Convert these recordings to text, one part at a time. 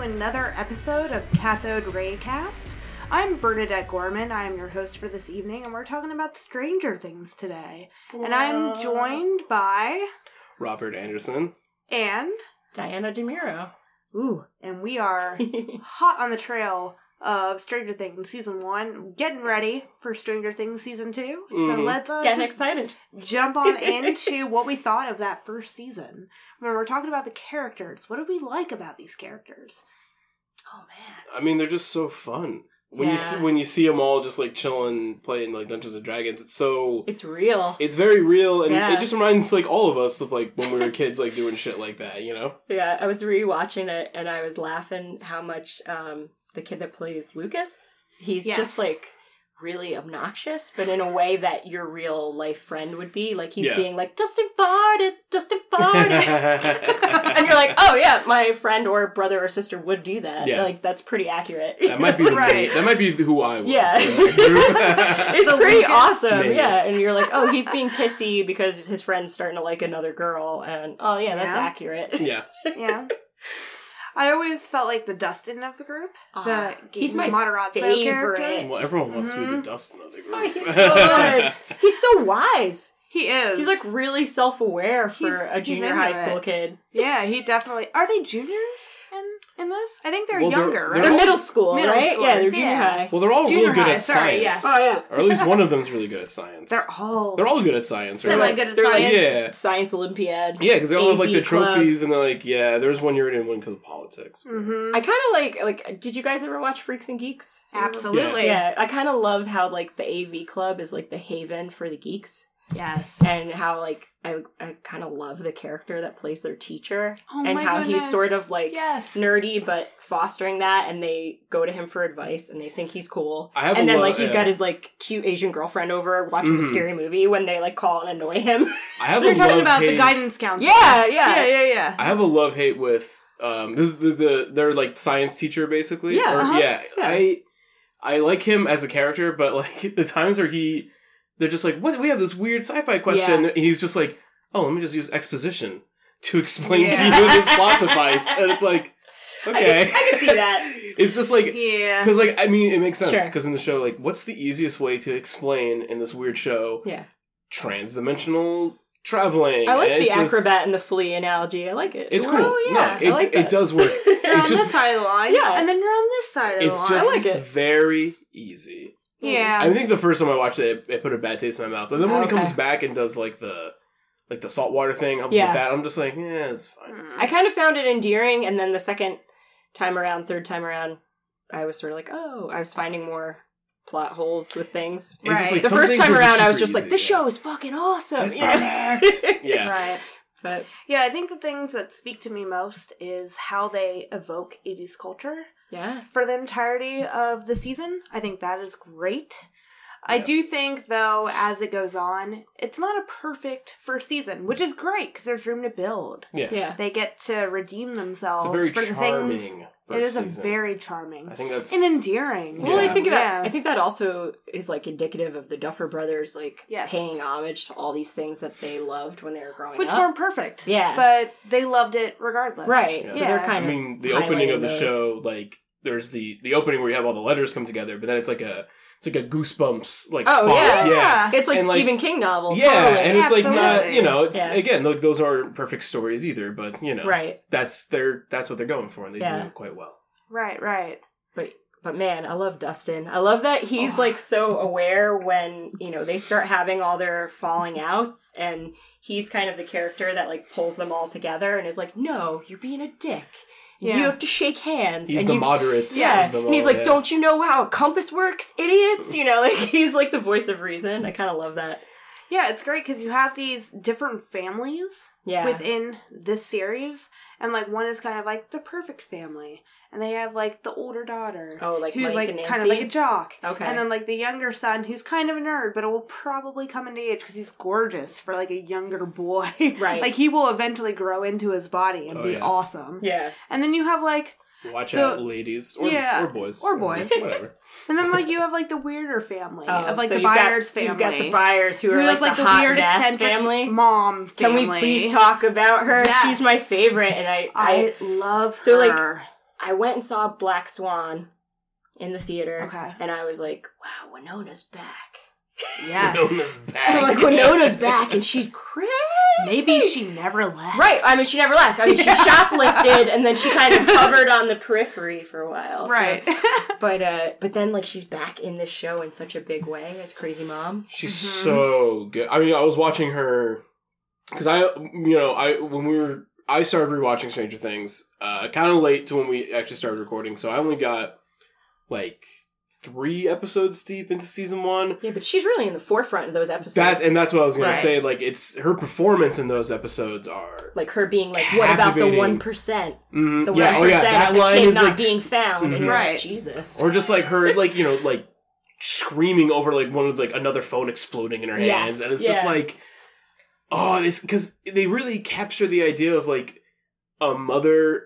another episode of Cathode Raycast. I'm Bernadette Gorman. I am your host for this evening, and we're talking about Stranger Things today. And I'm joined by Robert Anderson. and Diana DeMuro. ooh, and we are hot on the trail of Stranger Things season one, getting ready for Stranger Things season 2 So Mhm. let's uh, Getting just excited. jump on into what we thought of that first season. When we're talking about the characters, what do we like about these characters? Oh man. I mean, they're just so fun. When you Yeah. see, when you see them all just like chilling, playing like Dungeons and Dragons, it's so It's real. it's very real, and Yeah. it just reminds like all of us of like when we were kids, like doing shit like that, you know? yeah, I was rewatching it and I was laughing how much um, the kid that plays Lucas, he's Yes. just like really obnoxious, but in a way that your real life friend would be. Like he's Yeah. being like, Dustin farted, Dustin farted. and you're like, oh yeah, my friend or brother or sister would do that. Yeah. Like that's pretty accurate. that might be the Right. that might be who I was. Yeah. in that group. It's So pretty Lucas- awesome, Maybe. yeah. And you're like, oh, he's being pissy because his friend's starting to like another girl, and oh yeah, that's Yeah. accurate. yeah, yeah. I always felt like the Dustin of the group. Ah, The he's my Materazzo favorite. character. well, everyone wants to be the Mhm. Dustin of the group. Oh, he's so good. He's so wise. He is. He's like really self aware for He's- a he's junior into high it. school kid. yeah, he definitely. Are they juniors in in this? I think they're Well, they're- younger, they're right? They're middle school, Middle right? schoolers, Yeah, they're junior yeah. high. well, they're all Junior really good high, at sorry, science. yes. Oh yeah. Or at least one of them's really good at science. they're all. They're all good at science, right? They're like good at they're like science. s- science Olympiad. Yeah, because they all have like AV the club. trophies, and they're like, yeah, there's one you're in one because of politics. Mhm. I kind of like like. Did you guys ever watch Freaks and Geeks? Absolutely. Yeah, I kind of love how like the AV club is like the haven for the geeks. Yes. and how like I, I kind of love the character that plays their teacher Oh and my how goodness. he's sort of like Yes. nerdy but fostering that and they go to him for advice and they think he's cool I have and a then lo- like he's yeah. got his like cute Asian girlfriend over watching a Mhm. scary movie when they like call and annoy him. I have They're a talking love about hate. the guidance counselor. yeah, yeah, Yeah, yeah, yeah. I have a love hate with um this is the, the they're like science teacher basically. Yeah, Or- uh-huh. yeah. Yeah. I I like him as a character, but like the times where he they're just like, what we have this weird sci-fi question, Yes. and he's just like, oh, let me just use exposition to explain to Yeah. you this plot device, and it's like, okay, I, can, I can see that. it's just like Yeah. Because, like, I mean, it makes sense. Sure. Because in the show, like, what's the easiest way to explain in this weird show? Yeah. Transdimensional traveling. I like And the it's just- acrobat and the flea analogy. I like it. It's It cool. works. Oh, yeah. No, it, I like it that. does work. You're on it's just- this side of the line, Yeah. and then you're on this side of the It's line. just like it. very easy. yeah. I think the first time I watched it, it, it put a bad taste in my mouth. And then when Okay. he comes back and does, like, the like the saltwater thing, helps Yeah. with that, I'm just like, yeah, it's fine. Mm. I kind of found it endearing, and then the second time around, third time around, I was sort of like, oh, I was finding more plot holes with things. It's just, Right. like, the some first things time are around, I super was just like, easy, this yeah. show is fucking awesome. It's you know? perfect. yeah. Right. But Yeah, I think the things that speak to me most is how they evoke 80s culture yeah, for the entirety of the season. I think that is great. I Yeah. do think, though, as it goes on, it's not a perfect first season, which is great because there's room to build. Yeah. yeah. They get to redeem It's themselves a very for the charming things. first it is season. a very charming I think that's. and endearing. Well, I Yeah. think that Yeah. I think that also is like indicative of the Duffer Brothers, like Yes. paying homage to all these things that they loved when they were growing which up. weren't perfect. Yeah. but they loved it regardless. right, so Yeah. they're I kind of. mean, the opening of the highlighting those. show, like there's the the opening where you have all the letters come together, but then it's like a it's like a goosebumps like Oh, font, yeah. yeah, It's like and, like- Stephen King novel, Yeah, Oh, totally. and it's like not Absolutely. you know it's Yeah. again like those aren't perfect stories either, but you know right. that's their that's what they're going for, and they Yeah. do it quite well. right, right. But but man, I love Dustin. I love that he's Ugh. like so aware when, you know, they start having all their falling outs and he's kind of the character that like pulls them all together and is like, "No, you're being a dick. Yeah. You have to shake hands." He's and the you- moderate, yeah, of them and he's all, like, yeah. "Don't you know how a compass works, idiots?" You know, like he's like the voice of reason. I kind of love that. Yeah, it's great because you have these different families Yeah, within this series, and like one is kind of like the perfect family, and they have like the older daughter. Oh, like who's Mike like and kind of like a Nancy? jock. Okay. And then like the younger son who's kind of a nerd, but it will probably come into age because he's gorgeous for like a younger boy. Right. like he will eventually grow into his body and Oh, be yeah. awesome. yeah, And then you have like watch the- out, ladies, or, yeah, or boys, or boys. whatever." And then like you have like the weirder family Oh, of like so the you've got- buyers family. You've got the buyers who You are have, like, the, hot ass eccentric family. mom. Can Family. we please talk about her? Yes. She's my favorite, and I, I I love So, so like, her. I went and saw Black Swan in the theater. Okay. And I was like, wow, Winona's back. Yes. Winona's back. And I'm like, Winona's back and she's crazy. Maybe she never left. Right. I mean, she never left. I mean, she shoplifted and then she kind of hovered on the periphery for a while. so- Right. But uh, but then like she's back in this show in such a big way as Crazy Mom. She's so good. I mean, I was watching her because I, you know, I when we were, I started rewatching Stranger Things uh, kind of late to when we actually started recording, so I only got like three episodes deep into season one. Yeah, but she's really in the forefront of those episodes. That and that's what I was gonna Right. say. Like, it's her performance in those episodes are. like her being like, what about the Captivating. one percent? Mhm. The one yeah, oh yeah, that of the line kid is not like, being found, and you're like, Right. Jesus. or just like her, like you know, like screaming over like one of like another phone exploding in her Yes, hands, and it's just yeah. like, oh, it's because they really capture the idea of like a mother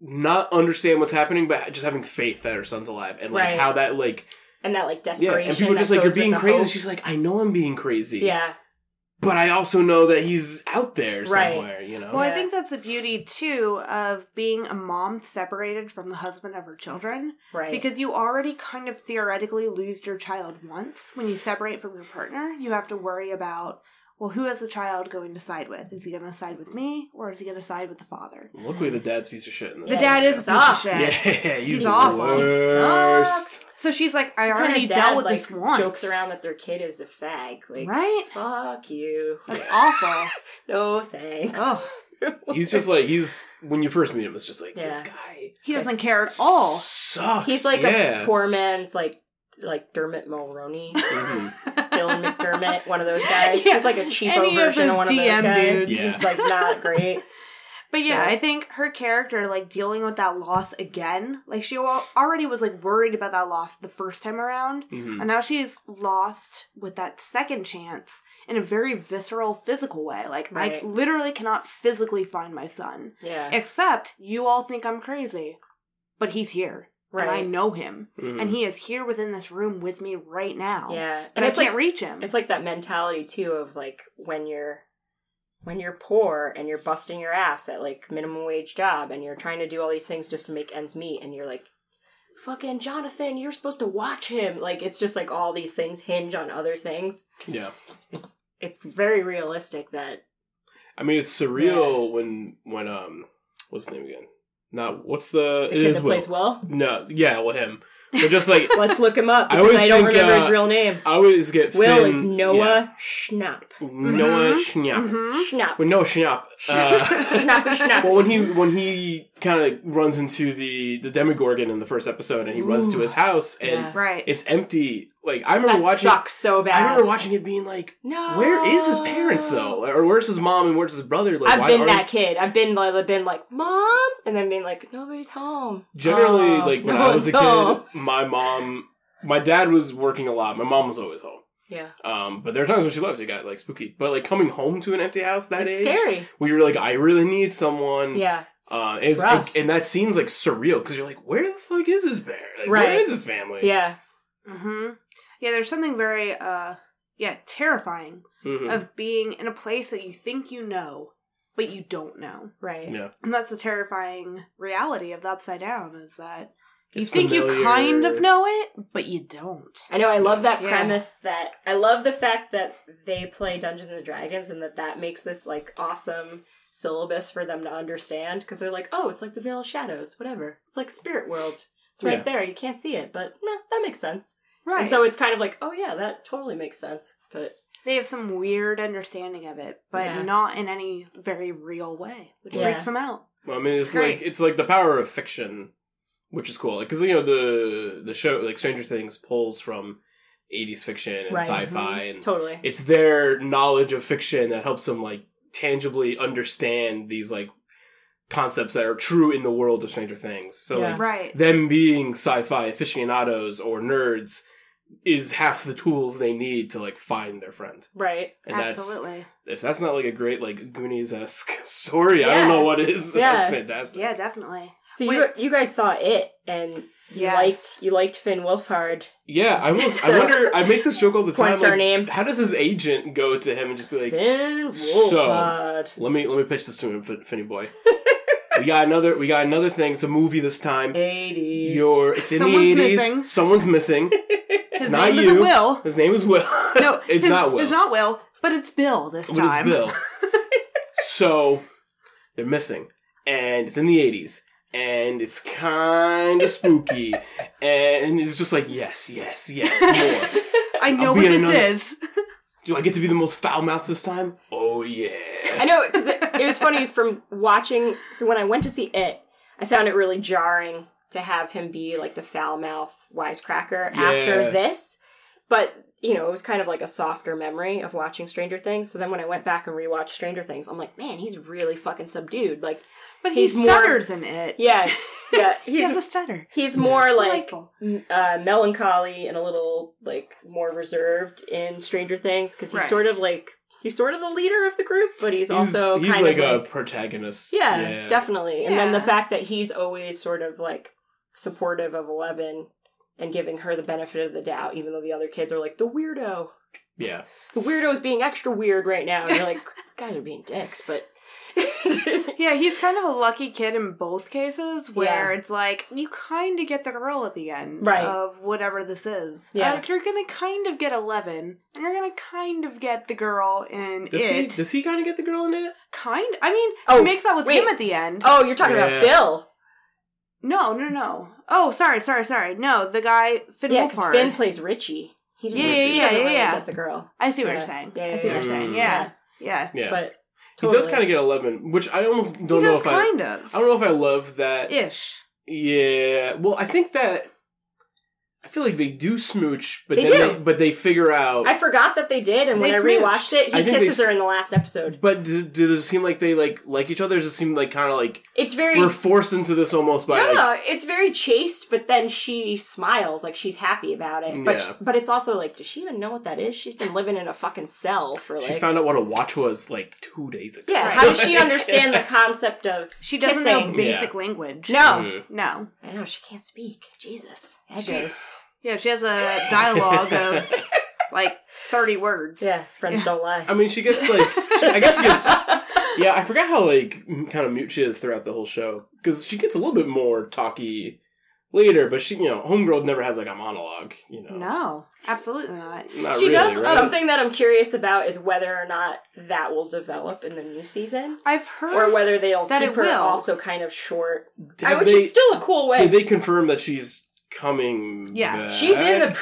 not understand what's happening, but just having faith that her son's alive, and like Right. how that like and that like yeah, desperation. and people are that just like you're goes with being the crazy. hope. She's like, I know I'm being crazy, yeah, but I also know that he's out there Right. somewhere, you know. Well, I Yeah. think that's the beauty too of being a mom separated from the husband of her children right. because you already kind of theoretically lose your child once when you separate from your partner. You have to worry about well, who is the child going to side with? Is he going to side with me or is he going to side with the father? Luckily, the dad's a piece of shit in this. The Yeah, one. dad he is a piece of sucks. shit. yeah, he's, He's the awful. He worst. So she's like, I What kind already of dad, dealt with like, this once. Jokes around that their kid is a fag. Like, Right? Fuck you. That's awful. No thanks. Oh, He's just like he's when you first meet him, it's just like this Yeah. guy he This doesn't guy's care at all. sucks. He's like yeah. a poor man's like like Dermot Mulroney, Mhm. Dylan McDermott, one of those guys. Yeah. He's like a cheapo Any of version of, those one of those DM guys. dudes. Yeah. He's like not great. But yeah, Yeah. I think her character, like dealing with that loss again, like she al- already was like worried about that loss the first time around, Mhm. Mm. and now she's lost with that second chance in a very visceral, physical way. Like Right. I literally cannot physically find my son, Yeah. except you all think I'm crazy, but he's here, and I Right. Mm. know him, Mhm. and he is here within this room with me right now. Yeah. and, I it's can't like reach him. it's like that mentality too of like when you're when you're poor and you're busting your ass at like minimum wage job and you're trying to do all these things just to make ends meet and you're like fucking Jonathan, you're supposed to watch him. Like it's just like all these things hinge on other things. yeah. It's it's very realistic that I mean, it's surreal when when um, what's his name again? Not what's the the it kid is that Will. plays Will. No, yeah, well, him. But just like Let's look him up I because I, always don't think, remember uh, his real name. I always get Will Finn- is Noah Schnapp. yeah. Noah Schnapp. Mhm. Schnapp. When Noah Schnapp. Uh, Schnapp Schnapp. well, when he when he kind of runs into the the Demogorgon in the first episode, and he runs to his house, and Yeah. Right. it's empty. Like I remember that watching. sucks so bad. I remember watching it being like, No. Where is his parents though? Or where's his mom and where's his brother? Like, I've been aren't- that kid. I've been like, I've been like, mom, and then being like, nobody's home. Generally, Oh, like when no I was a one's home. kid, my mom, my dad was working a lot. My mom was always home. yeah, Um, but there are times when she left. It got like spooky. But like coming home to an empty house that it's age, scary. where you're like, I really need someone. Yeah, Uh, and, It's it's rough. like- and that scene's like surreal because you're like, where the fuck is his bear? Like, Where Right. is his family? yeah, Mm-hmm. Yeah, there's something very, uh, yeah, terrifying Mhm. of being in a place that you think you know, but you don't know. right. yeah. And that's the terrifying reality of the upside down is that you It's think you familiar. kind of know it, but you don't. I know. I love that Yeah. premise. That I love the fact that they play Dungeons and Dragons, and that that makes this like awesome syllabus for them to understand because they're like, oh, it's like the Veil of Shadows, whatever. It's like Spirit World. It's right Yeah. there. You can't see it, but meh, that makes sense. Right. And so it's kind of like, oh yeah, that totally makes sense. But they have some weird understanding of it, but Yeah. not in any very real way, which Yeah. freaks them out. Well, I mean, it's Great. like it's like the power of fiction, which is cool. Because you know the the show like Stranger Things pulls from '80s fiction and Right. Mm-hmm. sci-fi, and totally, it's their knowledge of fiction that helps them like tangibly understand these like concepts that are true in the world of Stranger Things. So Yeah. like Right. them being sci-fi aficionados or nerds is half the tools they need to like find their friend. right. And that's Absolutely. if that's not like a great like Goonies esque story, I don't Yeah. know what is. Yeah. That's fantastic. Yeah, definitely. So Wait. you you guys saw it and you Yes. liked you liked Finn Wolfhard. Yeah, I almost. I So- wonder. I make this joke all the time. What's her like, name? How does his agent go to him and just be like, Finn so- Wolfhard. "Let me let me pitch this to him, Fin- Finny boy." we got another. We got another thing. It's a movie this time. 80s. Your it's in Someone's the eighties. missing. Someone's missing. His not name you. isn't Will. His name is Will. No, it's his- not Will. It's not Will, but it's Bill this but it's time. Bill. so they're missing, and it's in the eighties, and it's kind of spooky, and it's just like yes, yes, yes, more. I know I'll what be in this another- is. Do I get to be the most foul mouthed this time? Oh yeah. I know because it, it was funny from watching. So when I went to see it, I found it really jarring to have him be like the foul mouth wisecracker Yeah. after this. But you know, it was kind of like a softer memory of watching Stranger Things. So then when I went back and rewatched Stranger Things, I'm like, man, he's really fucking subdued. Like, But he He's more- stutters in it. yeah, yeah, he has a he's stutter. he's more like Delightful. m- uh, melancholy and a little like more reserved in Stranger Things because he's Right. sort of like he's sort of the leader of the group, but he's, also he's kind like of a like, protagonist. yeah, definitely. And then the Yeah. fact that he's always sort of like supportive of Eleven and giving her the benefit of the doubt, even though the other kids are like the weirdo. Yeah. The weirdo is being extra weird right now. And you're like, guys are being dicks, but Yeah, he's kind of a lucky kid in both cases where it's like you kind of get the girl at the end Right. of whatever this is. Yeah. Like you're going to kind of get 11 and you're going to kind of get the girl in Does he it. does he kind of get the girl in it? kind I mean, Oh, she makes out with wait. him at the end. oh, you're talking Yeah. about Bill. No, no, no. Oh, sorry, sorry, sorry. No, the guy Finn Yeah, because Wolfhard. Finn plays Richie. He doesn't, Yeah, he yeah, doesn't yeah, really yeah. get the girl, I see what you're Yeah. saying. Yeah, I see yeah, what yeah. you're saying. Mm. Yeah. Yeah. Yeah. but he does totally. kind of get eleven, which I almost don't he know does if I. kind of. I don't know if I love that. Ish. Yeah. Well, I think that I feel like they do smooch, but They then do. They, but they figure out. I forgot that they did, and when They I smooched. rewatched it, I he think they kisses s- her in the last episode. but do, does it seem like they like like each other? Does it seem like kind of like It's very we're forced into this almost by no, like, no, it's very chaste, but then she smiles like she's happy about it. But Yeah. but it's also like, does she even know what that is? She's been living in a fucking cell for like. she found out what a watch was like two days ago. yeah, Right. how does she understand the concept of She doesn't kissing? know Yeah. basic language. No, Mm. No. I know she can't speak. Jesus, that goes. Yeah, she has a dialogue of like 30 words. Yeah, friends don't lie. I mean, she gets like she- I guess she gets. Yeah, I forgot how like kind of mute she is throughout the whole show because she gets a little bit more talky later, but she you know homegirl never has like a monologue. You know, No, absolutely not. Not she really, does right? some- Something that I'm curious about is whether or not that will develop in the new season, I've heard or whether they'll That keep it her will. also kind of short, Have which they- is still a cool way. Did they confirm that she's coming? Yeah. back? She's in the They could-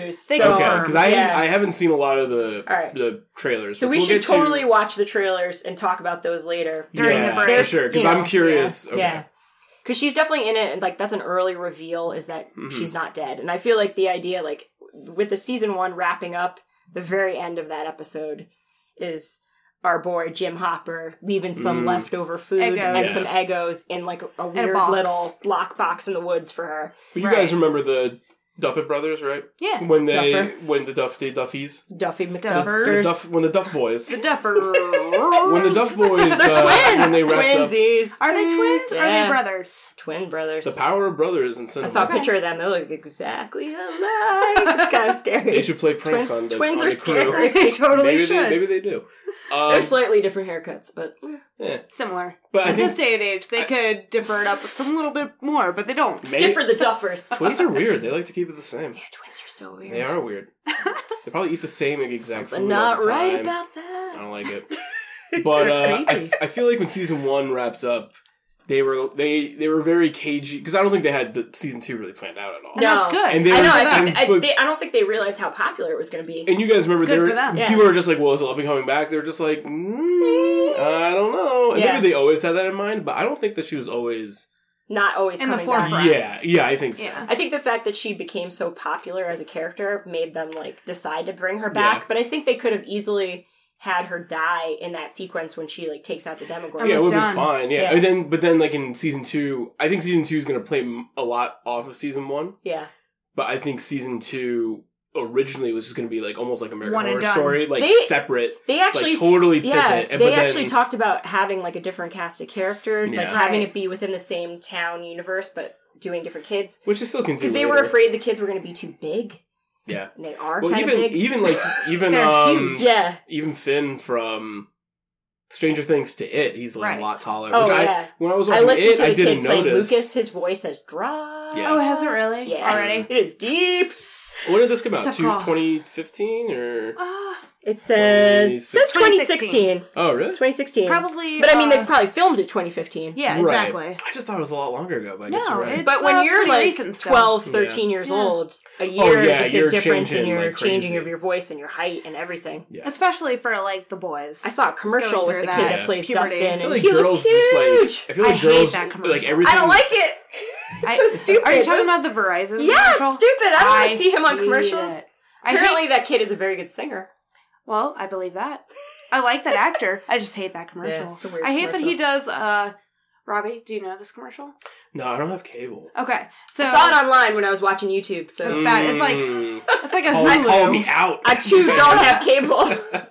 previews, they so could- okay because I Yeah. I haven't seen a lot of the All right. the trailers. So which we we'll should get to- totally watch the trailers and talk about those later. during yeah, the break. for sure because you I'm know, curious. Yeah. Okay. Because she's definitely in it, and like that's an early reveal is that Mhm. she's not dead. And I feel like the idea, like with the season one wrapping up, the very end of that episode is our boy Jim Hopper leaving some Mm. leftover food Eggos. and Yes. some Eggos in like a, a weird box. little lockbox in the woods for her. But you Right. guys remember the Duffett brothers, right? Yeah. When they Duffer. when the Duff the Duffies Duffy the McDuffsters. Duff, when the Duff boys The Duffer. when the Duff boys They're uh, when they twins! wrapped up Twinsies! Are they twins or are Yeah. they brothers? Twin brothers. the power of brothers and cinema. I saw a picture of them. They look exactly alike. It's kind of They scary. should play pranks Twin- on the twins on are the crew. scary. They totally maybe should. They, maybe they do. Um, They're slightly different haircuts, but eh. Similar. But I At this think day and age, they could differ it up some little bit more, but they don't. maybe, different the duffers. twins are weird. They like to keep it the same. Yeah, twins are so weird. They are weird. they probably eat the same exact Something food all not the right time. about I that. don't like it. But uh, I, creepy. I feel like when season one wrapped up, they were they they were very cagey because I don't think they had the season two really planned out at all. And No. that's good. And they I were- know. I, and- think, I, but- they, I don't think they realized how popular it was going to be. And you guys remember Good they were, for them. Yeah. people were just like, "Well, is Eleven coming back?" They were just like, mm, "I don't know." And Yeah. Maybe they always had that in mind, but I don't think that she was always. Not always In the coming forefront. back. Right. Yeah, yeah, I think so. Yeah. I think the fact that she became so popular as a character made them like decide to bring her back. Yeah. But I think they could have easily had her die in that sequence when she like takes out the Demogorgon. Yeah, it was would done. have been fine. Yeah, Yeah. And then but then like in season two, I think season two is going to play m- a lot off of season one, yeah. but I think season two originally was just going to be like almost like American One and Horror done. Story, like They- separate, They actually like totally pivot. Yeah, and- they but actually then, talked about having like a different cast of characters, like Yeah. having Right. it be within the same town universe, but doing different kids which is still because continuing. they were afraid the kids were going to be too big, Yeah. and they are Well, kind even um, of big. even like even They're um huge. yeah, even Finn from Stranger Things to it, he's like Right. a lot taller. Oh, which yeah. I when I was I watching listened it, to the I kid didn't play notice. Lucas. His voice has dropped. Yeah. Oh, has it really? Yeah. Already? It is deep. When did this come out? Tough Two, call. 2015 or Ah, It says says 2016. 2016. oh really? 2016. probably. But I mean, uh, they've probably filmed it 2015. Yeah, Right. exactly. I just thought it was a lot longer ago, but I guess No, you're right. it's, But when uh, you're pretty like recent still. 12, 13 years Yeah. old, a year Oh, yeah, is a you're big difference in changing your like changing crazy. of your voice and your height and everything. Yeah. Especially for like the boys. I saw a commercial Going with through the that kid that plays puberty. Dustin, I feel and like he looks girls just like I huge. feel like I hate girls that like commercial. everything. I don't like it. It's I- so stupid. Are you talking It was- about the Verizon? Yeah, commercial? stupid. I don't want I to see him on hate commercials. it. I hate- Apparently, that kid is a very good singer. well, I believe that. I like that actor. I just hate that commercial. it's a weird I hate that he does. uh Robbie, do you know this commercial? No, I don't have cable. Okay, so I saw it online when I was watching YouTube. So That's bad. It's like- Mm. it's like a call, Hulu. call me out. I too don't have cable.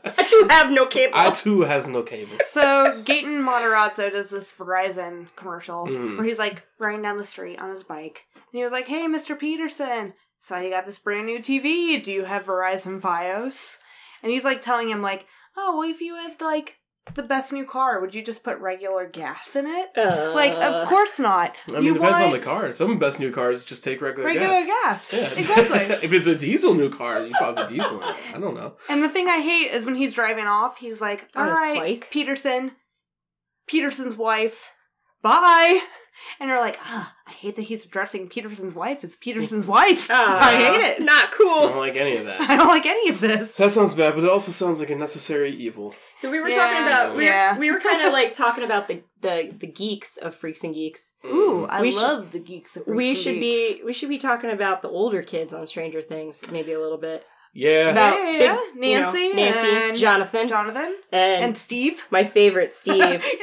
I too have no cable. I too has no cable. So Gaten Matarazzo does this Verizon commercial Mm. where he's like running down the street on his bike, and he was like, "Hey, Mr. Peterson, saw you got this brand new TV. Do you have Verizon FiOS?" And he's like telling him like, "Oh, well, if you had like the best new car, would you just put regular gas in it?" Uh, like, of course not. I mean, you it depends want on the car. Some best new cars just take regular, regular gas. gas, Yeah. exactly. if it's a diesel new car, you pop the diesel in it. I don't know. And the thing I hate is when he's driving off, he's like, On "All his right, bike? Peterson, Peterson's wife, bye." And you're like, ah, I hate that he's addressing Peterson's wife as Peterson's wife. Ah. I hate it. Not I cool. don't like any of that. I don't like any of this. That sounds bad, but it also sounds like a necessary evil. So we were Yeah. talking about we were, Yeah. we were kind of like talking about the, the the geeks of freaks and geeks. Ooh, I We should- love the geeks. Of We should be we should be talking about the older kids on Stranger Things maybe a little bit Yeah. about yeah, yeah. big, you know, Nancy Nancy, and- Jonathan, Jonathan and, and Steve. my favorite Steve.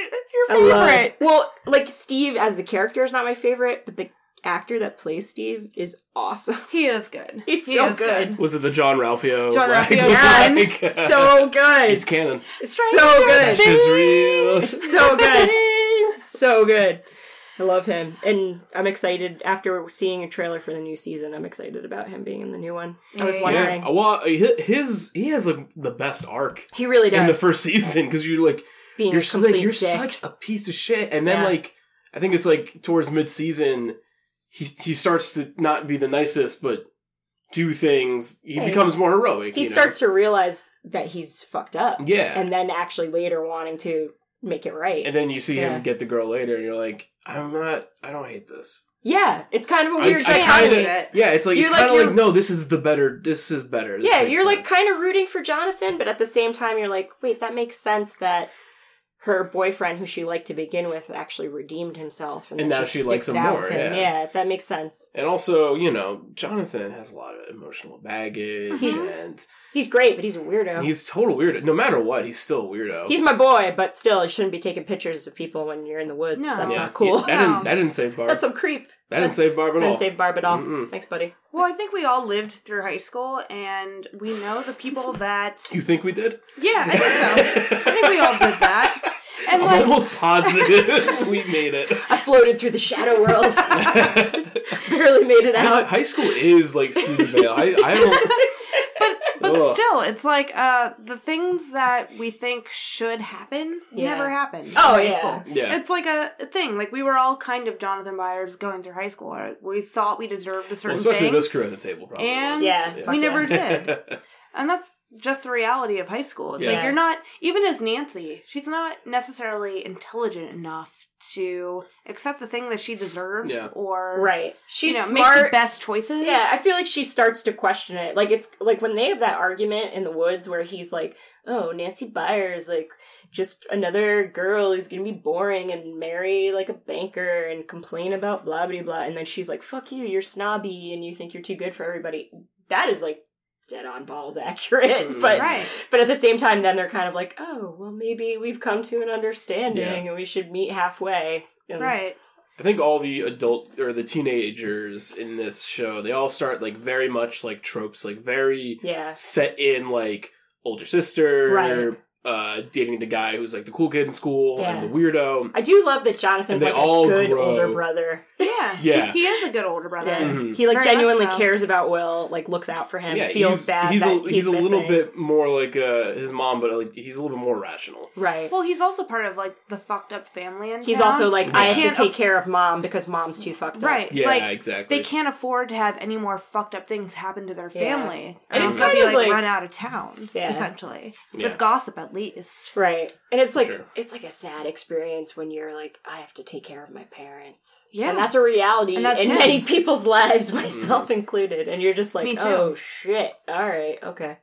your I love- favorite. Well, like Steve as the character is not my favorite, but the actor that plays Steve is awesome. He is good. He's He so is good. was it the John Ralphio? John like- Ralphio. like, Yes, so good. it's It's, canon. so good. It's just real. It's so good. so good. I love him, and I'm excited. After seeing a trailer for the new season, I'm excited about him being in the new one. I was Yeah. wondering. Yeah. Well, hi- his he has a, the best arc He really does. in the first season because you're like being you're a so, like, complete you're dick. such a piece of shit, and then Yeah. like I think it's like towards mid season he he starts to not be the nicest, but do things. He Yeah, he's- becomes more heroic. he you know? starts to realize that he's fucked up, yeah, and then actually later wanting to make it right. and then you see Yeah. him get the girl later, and you're like, I'm not. I don't hate this. yeah, it's kind of a weird I, I dichotomy. kinda- kind of yeah. It's like You're it's like, kind of like, you're- no, this is the better. This is better. This yeah, makes you're like sense. kind of rooting for Jonathan, but at the same time, you're like, wait, that makes sense that her boyfriend, who she liked to begin with, actually redeemed himself, and, And then now she, she likes sticks it him out more, With him. yeah. that makes sense. And also, you know, Jonathan has a lot of emotional baggage, He's- and He's great, but he's a weirdo. He's, he's total weirdo. No matter what, he's still a weirdo. my boy, but still, you shouldn't be taking pictures of people when you're in the woods. No. That's Yeah. not cool. that, didn't, that didn't save Barb. That's some creep. that didn't save Barb at all. Didn't save Barb at all. Mm-mm. Thanks, buddy. Well, I think we all lived through high school, and we know the people that. you think we did? Yeah, I think so. I think we all did that. And I'm like, almost positive we made it. I floated through the shadow world. Barely made it High, out. high school is like through the veil. I, I don't. but but Ugh. still, it's like uh, the things that we think should happen Yeah. never happened. Oh, in high yeah. school. Yeah. It's like a a thing. Like we were all kind of Jonathan Byers going through high school. Or we thought we deserved a Well, certain especially thing, this crew at the table, probably. and was. Yeah. we Fuck never yeah. did. And that's just the reality of high school. It's Yeah. like you're not even as Nancy, she's not necessarily intelligent enough to accept the thing that she deserves Yeah. or Right. She's you know, make the smart. best choices. Yeah, I feel like she starts to question it. Like it's like when they have that argument in the woods where he's like, "Oh, Nancy Byers, like just another girl who's gonna be boring and marry like a banker and complain about blah blah blah," and then she's like, "Fuck you, you're snobby and you think you're too good for everybody." That is like dead on balls accurate, Mm. but right. but at the same time, then they're kind of like, "Oh, well, maybe we've come to an understanding Yeah. and we should meet halfway." And Right. I think all the adult or the teenagers in this show, they all start like very much like tropes, like very Yeah. set in like older sister, Right. uh, dating the guy who's like the cool kid in school Yeah. and the weirdo. I do love that And Jonathan's they like all a good grow. older brother. Yeah. Yeah. He, he is a good older brother. Yeah. Mhm. He Very like much genuinely so. cares about Will, like looks out for him, yeah, feels he's, bad He's that a, he's a little missing. bit more like uh, his mom, but like he's a little bit more rational. right. Well, he's also part of like the fucked up family. In He's town. also like, They I have can't to take care of mom because mom's too fucked up. right. Yeah, like, exactly. They can't afford to have any more fucked up things happen to their Yeah. family. And Or it's they'll kind be, of like- run out of town, Yeah. essentially Yeah. with gossip at least. Right. And it's like Sure. it's like a sad experience when you're like, I have to take care of my parents. Yeah. And that's a reality And that's in it. many people's lives, Mm-hmm. myself included. And you're just Me like, too. oh shit. All right, okay.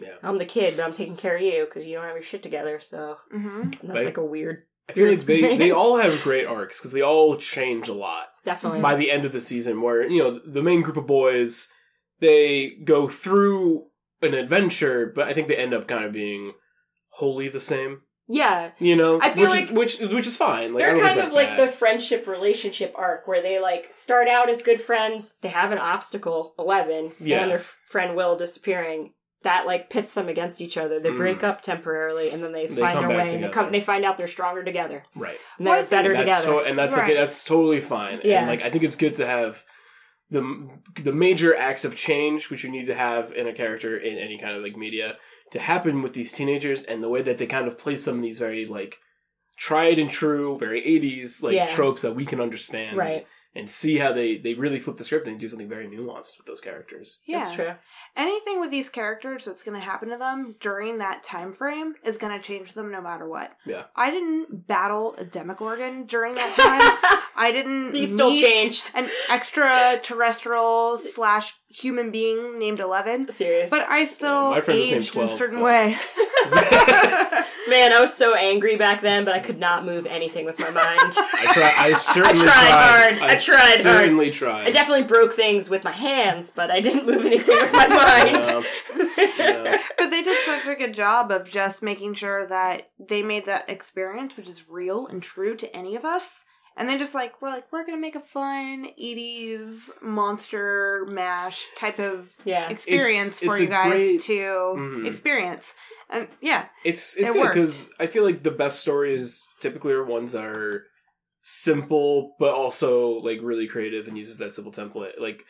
Yeah. I'm the kid, but I'm taking care of you because you don't have your shit together. So hmm and that's Right. like a weird, I feel like they, they experience. all have great arcs because they all change a lot definitely. by the end of the season. Where you know the main group of boys they go through an adventure, but I think they end up kind of being wholly the same. yeah, You know, I feel which is, which which is fine. Like, I they're don't think kind of that's like bad. the friendship relationship arc where they like start out as good friends they have an obstacle 11 and Yeah. then their f- friend will disappearing that like pits them against each other they break Mm. up temporarily and then they, They find come their back way and they, come, together. they find out they're stronger together right. and Well, I they're think better That's together so, and that's like, Right. that's totally fine. Yeah. And like I think it's good to have the the major acts of change which you need to have in a character in any kind of like media to happen with these teenagers and the way that they kind of place them in these very like tried and true very 80s like Yeah. tropes that we can understand right and see how they they really flip the script and do something very nuanced with those characters Yeah, that's true Anything with these characters that's going to happen to them during that time frame is going to change them no matter what. Yeah. I didn't battle a demogorgon during that time. I didn't. You still meet changed. an extraterrestrial slash human being named Eleven. serious But I still my friend was named aged in a 12, certain but- way. man i was so angry back then but i could not move anything with my mind i try i certainly tried hard. I tried hard. certainly tried i definitely broke things with my hands but i didn't move anything with my mind Yeah. Yeah. but they did such a good job of just making sure that they made that experience, which is real and true to any of us. And they just like we're like we're gonna make a fun '80s monster mash type of Yeah. experience It's- for it's you a guys great- to Mhm. experience. And yeah, It's it's It good worked. because I feel like the best stories typically are ones that are simple but also like really creative and uses that simple template. Like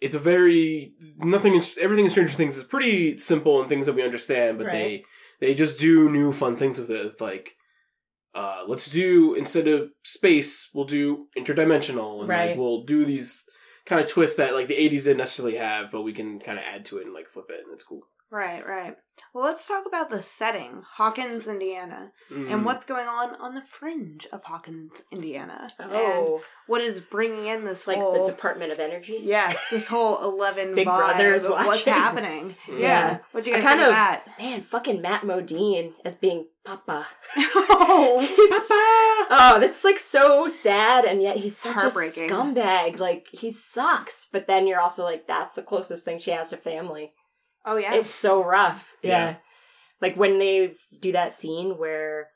it's a very nothing. In, everything in Stranger Things is pretty simple and things that we understand, but Right. they they just do new fun things with it. It's Like uh, let's do instead of space, we'll do interdimensional, and Right. like we'll do these kind of twists that like the '80s didn't necessarily have, but we can kind of add to it and like flip it, and it's cool. right, right. Well, let's talk about the setting, Hawkins, Indiana, and Mm. what's going on on the fringe of Hawkins, Indiana. and oh what is bringing in this like whole, the Department of Energy. Yes, this whole eleven Big vibe Brother is of What's watching. happening? Yeah. Yeah. What you I guys kind think of- of that? Man, fucking Matt Modine as being Papa. oh, He's- Ah! oh, that's like so sad, and yet he's such a Heartbreaking. scumbag. Like he sucks, but then you're also like, that's the closest thing she has to family. Oh, yeah. It's so rough. Yeah. Yeah. Like when they do that scene where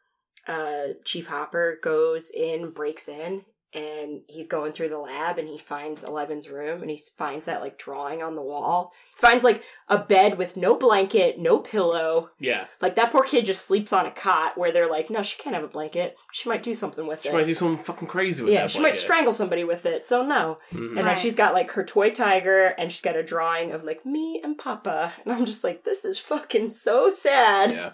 uh Chief Hopper goes in, breaks in, and he's going through the lab and he finds Eleven's room and he finds that like drawing on the wall. finds like a bed with no blanket, no pillow. yeah. Like that poor kid just sleeps on a cot where they're like, no, she can't have a blanket. She might do something with She it. might do something fucking crazy with yeah, that. she blanket. might strangle somebody with it. So no. Mhm. And then Right. she's got like her toy tiger and she's got a drawing of like me and Papa. And I'm just like, this is fucking so sad. Yeah,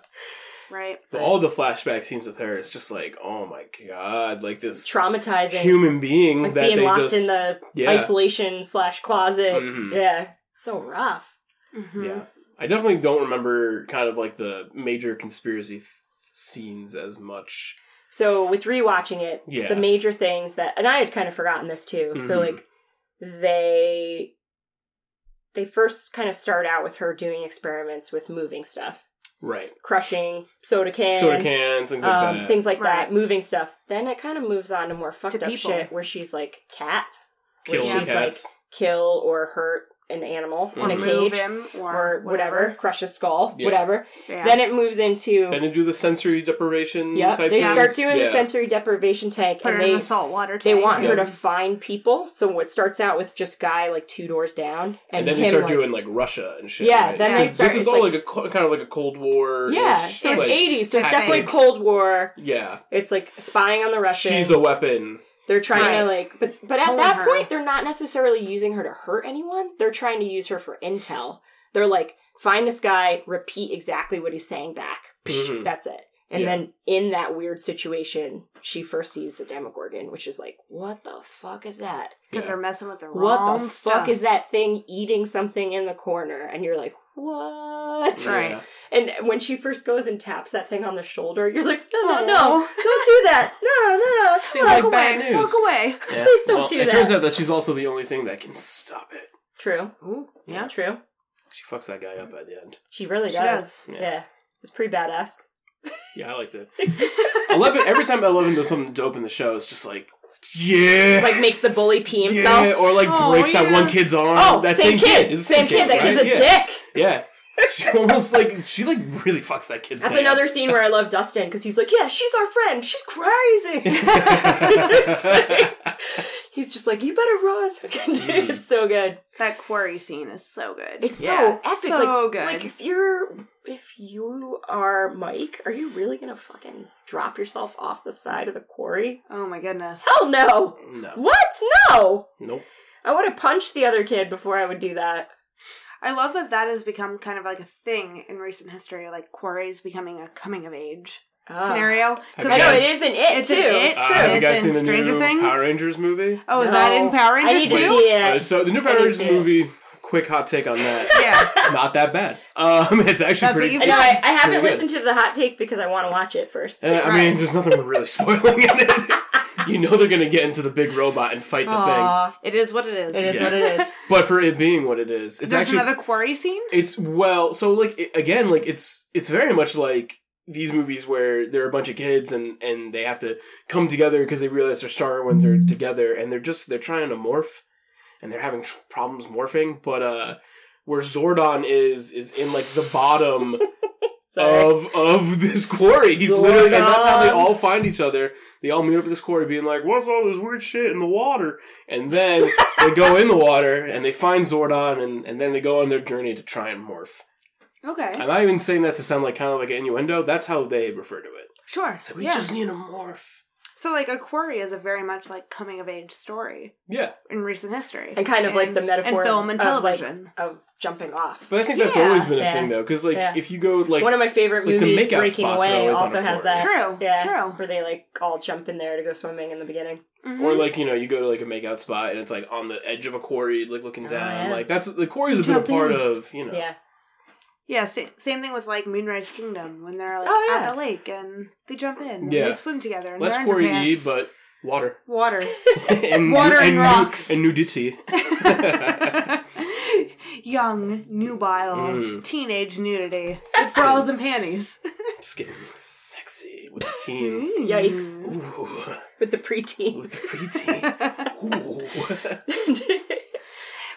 right. But all the flashback scenes with her, it's just like, oh my god, like It's this traumatizing. human being like that being they locked just in the Yeah. isolation slash closet. Mhm. Yeah. So rough. Mhm. yeah. I definitely don't remember kind of like the major conspiracy th- scenes as much. So with rewatching it, Yeah. the major things that and I had kind of forgotten this too. So Mhm. like they they first kind of start out with her doing experiments with moving stuff, Right, crushing soda can, soda cans, things like um, that. things like Right. that, moving stuff. Then it kind of moves on to more fucked up people. shit where she's like cat, where Killing she's like- cats. kill or hurt an animal or in a move cage him or whatever, crush his skull, Yeah. whatever. Yeah. Then it moves into Then they do the sensory deprivation Yep, type they things. start doing yeah. the sensory deprivation tank, put and her they in the saltwater tank. they want her Yeah. to find people. So what starts out with just guy like two doors down, And and, then him, they start like, doing like Russia and shit. Yeah, right? then they 'Cause start- This is it's all like- like, a co- kind of like a Cold War. yeah. So it's like, eighties, so it's tactic. definitely Cold War. Yeah, It's like spying on the Russians. she's a weapon. They're trying to Right. like, but but at Pulling that her. point, they're not necessarily using her to hurt anyone. They're trying to use her for intel. They're like, find this guy, repeat exactly what he's saying back. Psh, Mhm. That's it. And Yeah. then in that weird situation, she first sees the Demogorgon, which is like, what the fuck is that? because Yeah. they're messing with the wrong What the stuff. fuck is that thing eating something in the corner? And you're like, what? Right. Yeah. And when she first goes and taps that thing on the shoulder, you're like, no, no, no, don't do that. No, no, Seems no. like Walk Walk away! bad news. Walk away! Yeah. Please don't do it that. turns out that she's also the only thing that can stop it. True. yeah, True. She fucks that guy up at the end. She really She does. does. Yeah. Yeah. It's pretty badass. Yeah, I liked it. Eleven. Every time Eleven does something dope in the show, it's just like, yeah, Like makes the bully pee himself. yeah, or like Oh, breaks that yeah. one kid's arm. oh, that same kid. It's the Same kid. That kid's right? a yeah. dick. Yeah. She almost like she like really fucks that kid's. That's head up. another scene where I love Dustin because he's like, "Yeah, she's our friend. She's crazy." It's like- he's just like, "You better run." Dude, Mm. it's so good. That quarry scene is so good. It's Yeah. so epic. So like, good. like if you're if you are Mike, are you really gonna fucking drop yourself off the side of the quarry? oh my goodness. Hell no. No. What? No. Nope. I would have punched the other kid before I would do that. I love that that has become kind of like a thing in recent history, like quarries becoming a coming of age scenario. 'Cause I I know, know there's- it is an it It's too. an it. It's Uh, true. have you It's guys in seen the Stranger new Things? Power Rangers movie? Oh, is No. that in Power Rangers I need to too? see it. Uh, so the new Power I didn't Rangers see it. movie. Quick hot take on that. Yeah. it's not that bad. Um, it's actually That's what pretty. you I know. I, I Pretty haven't good. listened to the hot take because I want to watch it first. Uh, I mean, there's nothing really spoiling in it. You know they're gonna get into the big robot and fight the thing. Aw, It is what it is. it is Yeah. what it is. But for it being what it is, it's There's actually another quarry scene? it's well. So like it, again, like it's it's very much like these movies where there are a bunch of kids and and they have to come together because they realize they're stronger when Mm. they're together and they're just they're trying to morph and they're having tr- problems morphing. But uh, where Zordon is is in like the bottom. Sorry. of of this quarry. He's literally, and that's how they Zordon. all find each other. They all meet up at this quarry, being like, "What's all this weird shit in the water?" And then they go in the water and they find Zordon, and and then they go on their journey to try and morph. Okay. I'm not even saying that to sound like kind of like an innuendo. That's how they refer to it. Sure. So we yeah. just need to morph. so like a quarry is a very much like coming of age story Yeah, in recent history. and kind of like And- the metaphor and film and of, of, like, television. of, jumping off. but I think that's Yeah. always been a Yeah. thing though, because like Yeah. if you go like One of my favorite like, the movies, makeout Breaking spots are Away, always on also a has quarry. that. True, Yeah. true. Where they like all jump in there to go swimming in the beginning. Mhm. Or like you know, you go to like a makeout spot and it's like on the edge of a quarry, like looking down. Oh, yeah. Like that's the quarries have been a Jump part in. of you know. Yeah. Yeah, sa- same thing with like Moonrise Kingdom when they're like Oh, yeah. at the lake and they jump in Yeah. and they swim together and Less they're quarry E, underpants. but water water. and Water and nu- nu- rocks. and nudity. Young, nubile, Mm. teenage nudity. With bras and panties. Just getting sexy with the teens. Mm, Yikes. Ooh, With the preteen. with the preteen. Ooh.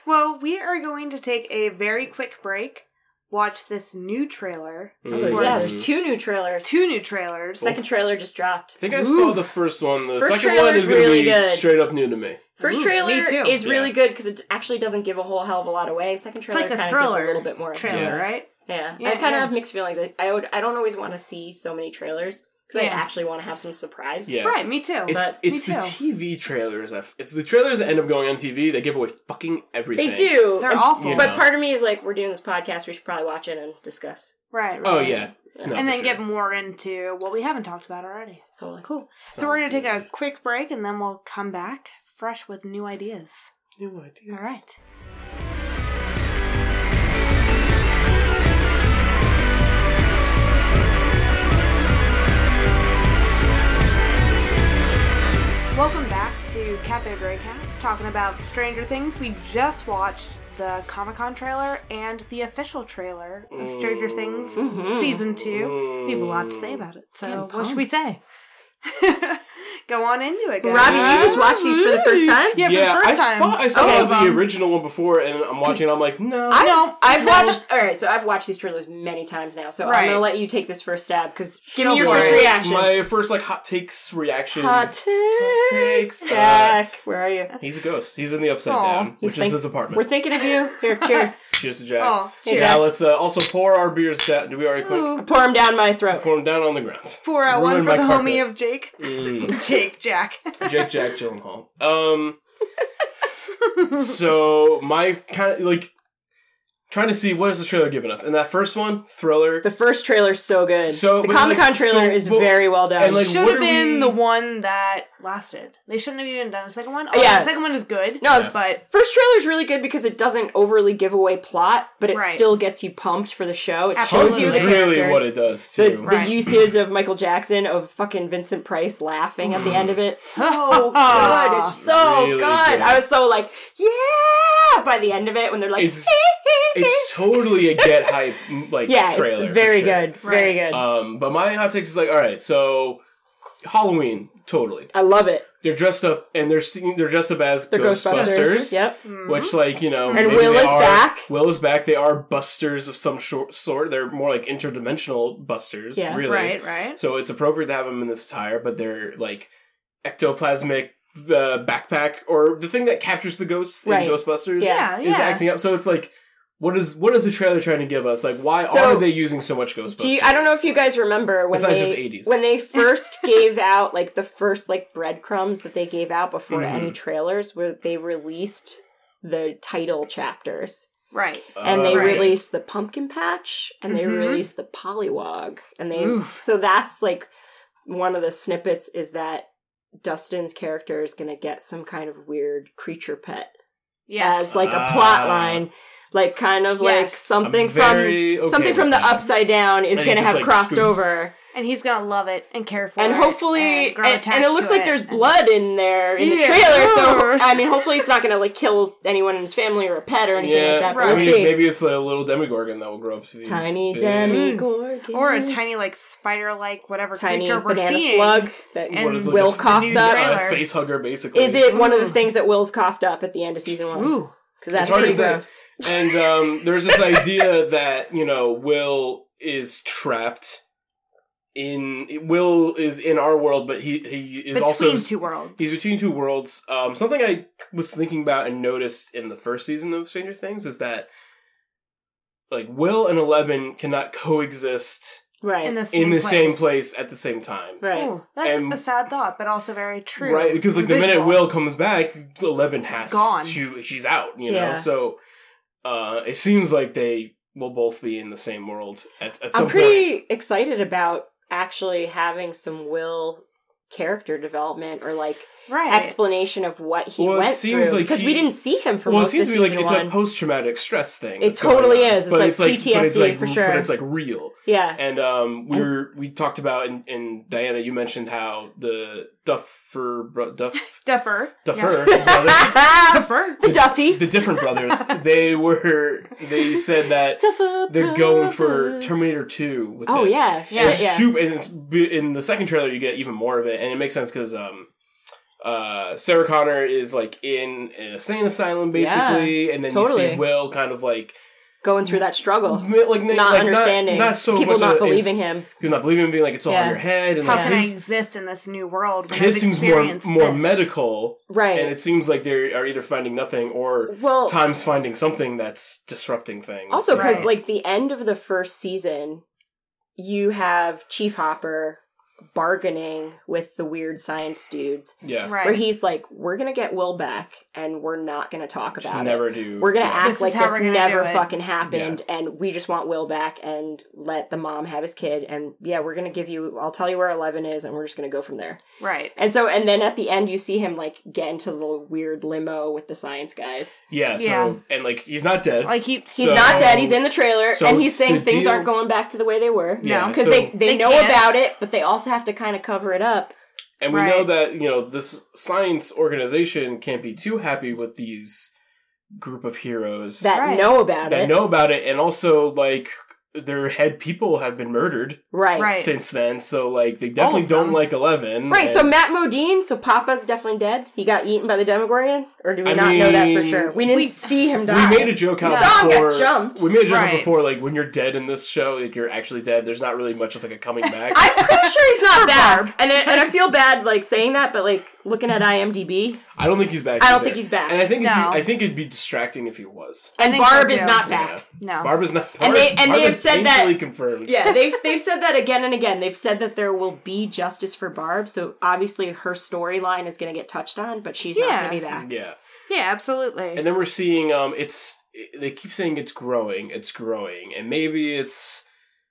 Well, we are going to take a very quick break, watch this new trailer. Of Mm. course, yeah, there's there's two new trailers. two new trailers. Second trailer just dropped. I think I saw the first one. The First second trailer one is is going to really be good. straight up new to me. First Ooh, trailer me too. is really Yeah. good because it actually doesn't give a whole hell of a lot away. Second it's trailer like a kind of gives a thriller little bit more. trailer, Yeah. right? Yeah. Yeah, I kind of yeah. have mixed feelings. I, I would. I don't always want to see so many trailers because Yeah. I actually want to have some surprise. Yeah, Right, me too. It's But- it's the Me TV trailers. that f- It's the trailers that end up going on TV. They give away fucking everything. They do. They're And- awful. you know. But part of me is like, we're doing this podcast. We should probably watch it and discuss. Right, right. Oh yeah. No, and for then sure. get more into what we haven't talked about already. Totally. Cool. Sounds so we're going to take good. a quick break and then we'll come back fresh with new ideas. new ideas. All right. Welcome back to Cafe Greycast, talking about Stranger Things. We just watched the Comic Con trailer and the official trailer of Stranger Things Season 2. We have a lot to say about it. So, what should we say? Go on into it, guys. Robbie, you just watched these for the first time? Yeah, for the I first time. thought I saw All of the them. original one before, and I'm watching. and I'm like, no, I No, know. I've no. watched. All right, so I've watched these trailers many times now. So I'm Right. gonna let you take this first stab because give Go me your for first it. reaction. My first like hot takes reactions. Hot takes. uh, takes, Jack. Where are you? He's a ghost. He's in the upside Aw. down, He's which think- is his apartment. We're thinking of you. Here, cheers. Cheers to Jack. Oh, Hey, cheers. Now Jack. let's uh, also pour our beers down. Do we already clink? Ooh, Pour them down my throat. Pour them down on the ground. four out one Ruined for the my homie carpet. of Jake. Mm. Jake Jack. Jake, Jack, Gyllenhaal. Um. so my kind of like trying to see what is the trailer giving us, and that first one, thriller. The first trailer's so good. So, the but, like, Comic Con trailer so, is but- very well done. and, like, Should what have are been we- the one that lasted. They shouldn't have even done a second one. Oh, Yeah. the second one is good. No, No, but first trailer's really good because it doesn't overly give away plot, but it Right. still gets you pumped for the show. It This Absolutely. shows you is the really character. what it does the, too. the Right. uses of Michael Jackson of fucking Vincent Price laughing at the end of it. oh, So good. It's so Really good. good. I was so like, yeah by the end of it when they're like It's- it's totally a get hype like Yeah, trailer. it's very for sure. good. Very good. Um, but my hot takes is like, all right, so Halloween, totally. I love it. They're dressed up and they're singing, they're dressed up as The Ghostbusters. Ghostbusters. Yep. Mm-hmm. Mm-hmm. Which, like, you know, And maybe Will they is are- back. Will is back. They are busters of some short sort. They're more like interdimensional busters, Yeah. really. right, right. So it's appropriate to have them in this attire, but they're like ectoplasmic uh, backpack or the thing that captures the ghosts Right. in Ghostbusters Yeah, is yeah. acting up. So it's like, what is what is the trailer trying to give us? Like, why So, are they using so much Ghostbusters? Do you, I don't know if you guys remember when Besides they just 80s. when they first gave out like the first like breadcrumbs that they gave out before Mhm. any trailers where they released the title chapters Right. and Oh. they Right. released the pumpkin patch and they Mm-hmm. Mhm. released the polywog and they Oof. so that's like one of the snippets is that Dustin's character is going to get some kind of weird creature pet as Yes. like a Ah. plot line like kind of like Yes. something I'm very from okay something from with the that. upside down is And it going to just, have like, crossed scoops- over and he's gonna love it and care for and it hopefully and, grow and attached it looks to like it there's and- blood in there in the Yeah, trailer sure. so i mean hopefully it's not going to like kill anyone in his family or a pet or anything Yeah, like that but I Right. we'll mean, see maybe it's a little demigorgon that will grow up to be tiny big. demi gorgon Mm. or a tiny like spider like whatever tiny creature we're banana seeing. slug that And What is, Will a- coughs a up. Trailer. face hugger, basically. is it one of the Ooh. things that Will's coughed up at the end of season one? Ooh. Because that's It's hard to pretty say. gross. And um, there's this idea that you know Will is trapped in Will is in our world, but he he is Between also two worlds. he's between two worlds. Um, something I was thinking about and noticed in the first season of Stranger Things is that like Will and Eleven cannot coexist Right. in the same in the place. same place at the same time. right. Ooh, that's And- a sad thought, but also very true. Right, because like the minute Visual. Will comes back, Eleven has Gone. to she's out, you know. Yeah. So uh it seems like they will both be in the same world at, at some I'm pretty point. excited about actually having some Will character development or like right, explanation of what he Well, it went seems through like because we he- didn't see him for Well, it most of seems to be like season it's one. a post traumatic stress thing. It that's going totally on. is. It's like but it's PTSD like for sure. But it's like real. yeah. And um, we were we talked about and, and Diana, you mentioned how the Duffer bro, Duff Duffer, Duffer brothers, Duffer. the Duffies. the different brothers, they were they said that Duffer they're going for Brothers. Terminator Two. With Oh this. yeah, And yeah, it's yeah. super- and it's be- in the second trailer, you get even more of it, and it makes sense because um, uh, Sarah Connor is like in an insane asylum, basically, and then you totally. see Will kind of like Going through that struggle, mi- like like, not understanding, not, so people much not of- believing it's- him. people not believing him, being like it's all Yeah. in your head, and How like can I his, exist in this new world? when his I've seems more experienced more this? medical, Right. and it seems like they are either finding nothing or Well, times finding something that's disrupting things. Also, because Right. like the end of the first season, you have Chief Hopper bargaining with the weird science dudes, yeah, Right. where he's like, "We're gonna get Will back, and we're not gonna talk Just about never it. do. We're gonna yeah. act This is like how this we're gonna never do it." fucking happened, and we just want Will back and let the mom have his kid, and yeah, we're gonna give you. I'll tell you where Eleven is, and we're just gonna go from there." right. And so, and then at the end, you see him like get into the weird limo with the science guys. Yeah, Yeah. so and like he's not dead. Like he, He's So- not dead. He's in the trailer, so and he's the saying things deal- aren't going back to the way they were. Yeah, because so- they, they They know can't. about it, but they also have to kind of cover it up. and we right. know that, you know, this science organization can't be too happy with these group of heroes That Right. know about that it. know about it and also like their head people have been murdered Right. Right. since then. So like they definitely of them. don't like Eleven. Right, so and- Matt Modine, so Papa's definitely dead. He got eaten by the Demogorgon, or do we I not know that for mean, sure? We didn't we- see him We die. made a joke out We saw him get before. jumped. We made a joke out Right. before, like when you're dead in this show, like you're actually dead. There's not really much of like a coming back. I'm pretty sure he's not back, and I, and I feel bad like saying that, but like looking at IMDb, I don't think he's back. I don't either. think he's back. And I think it'd No. be, I think it'd be distracting if he was. and think so, Barb is too. not back. Yeah. No. Barbara's not. And they- and they have Barbara's said that- painfully confirmed. Yeah, they've they've said that again and again. They've said that there will be justice for Barb, so obviously her storyline is going to get touched on, but she's not Yeah. going to be back. Yeah. Yeah, absolutely. And then we're seeing um, it's they keep saying it's growing, it's growing, and maybe it's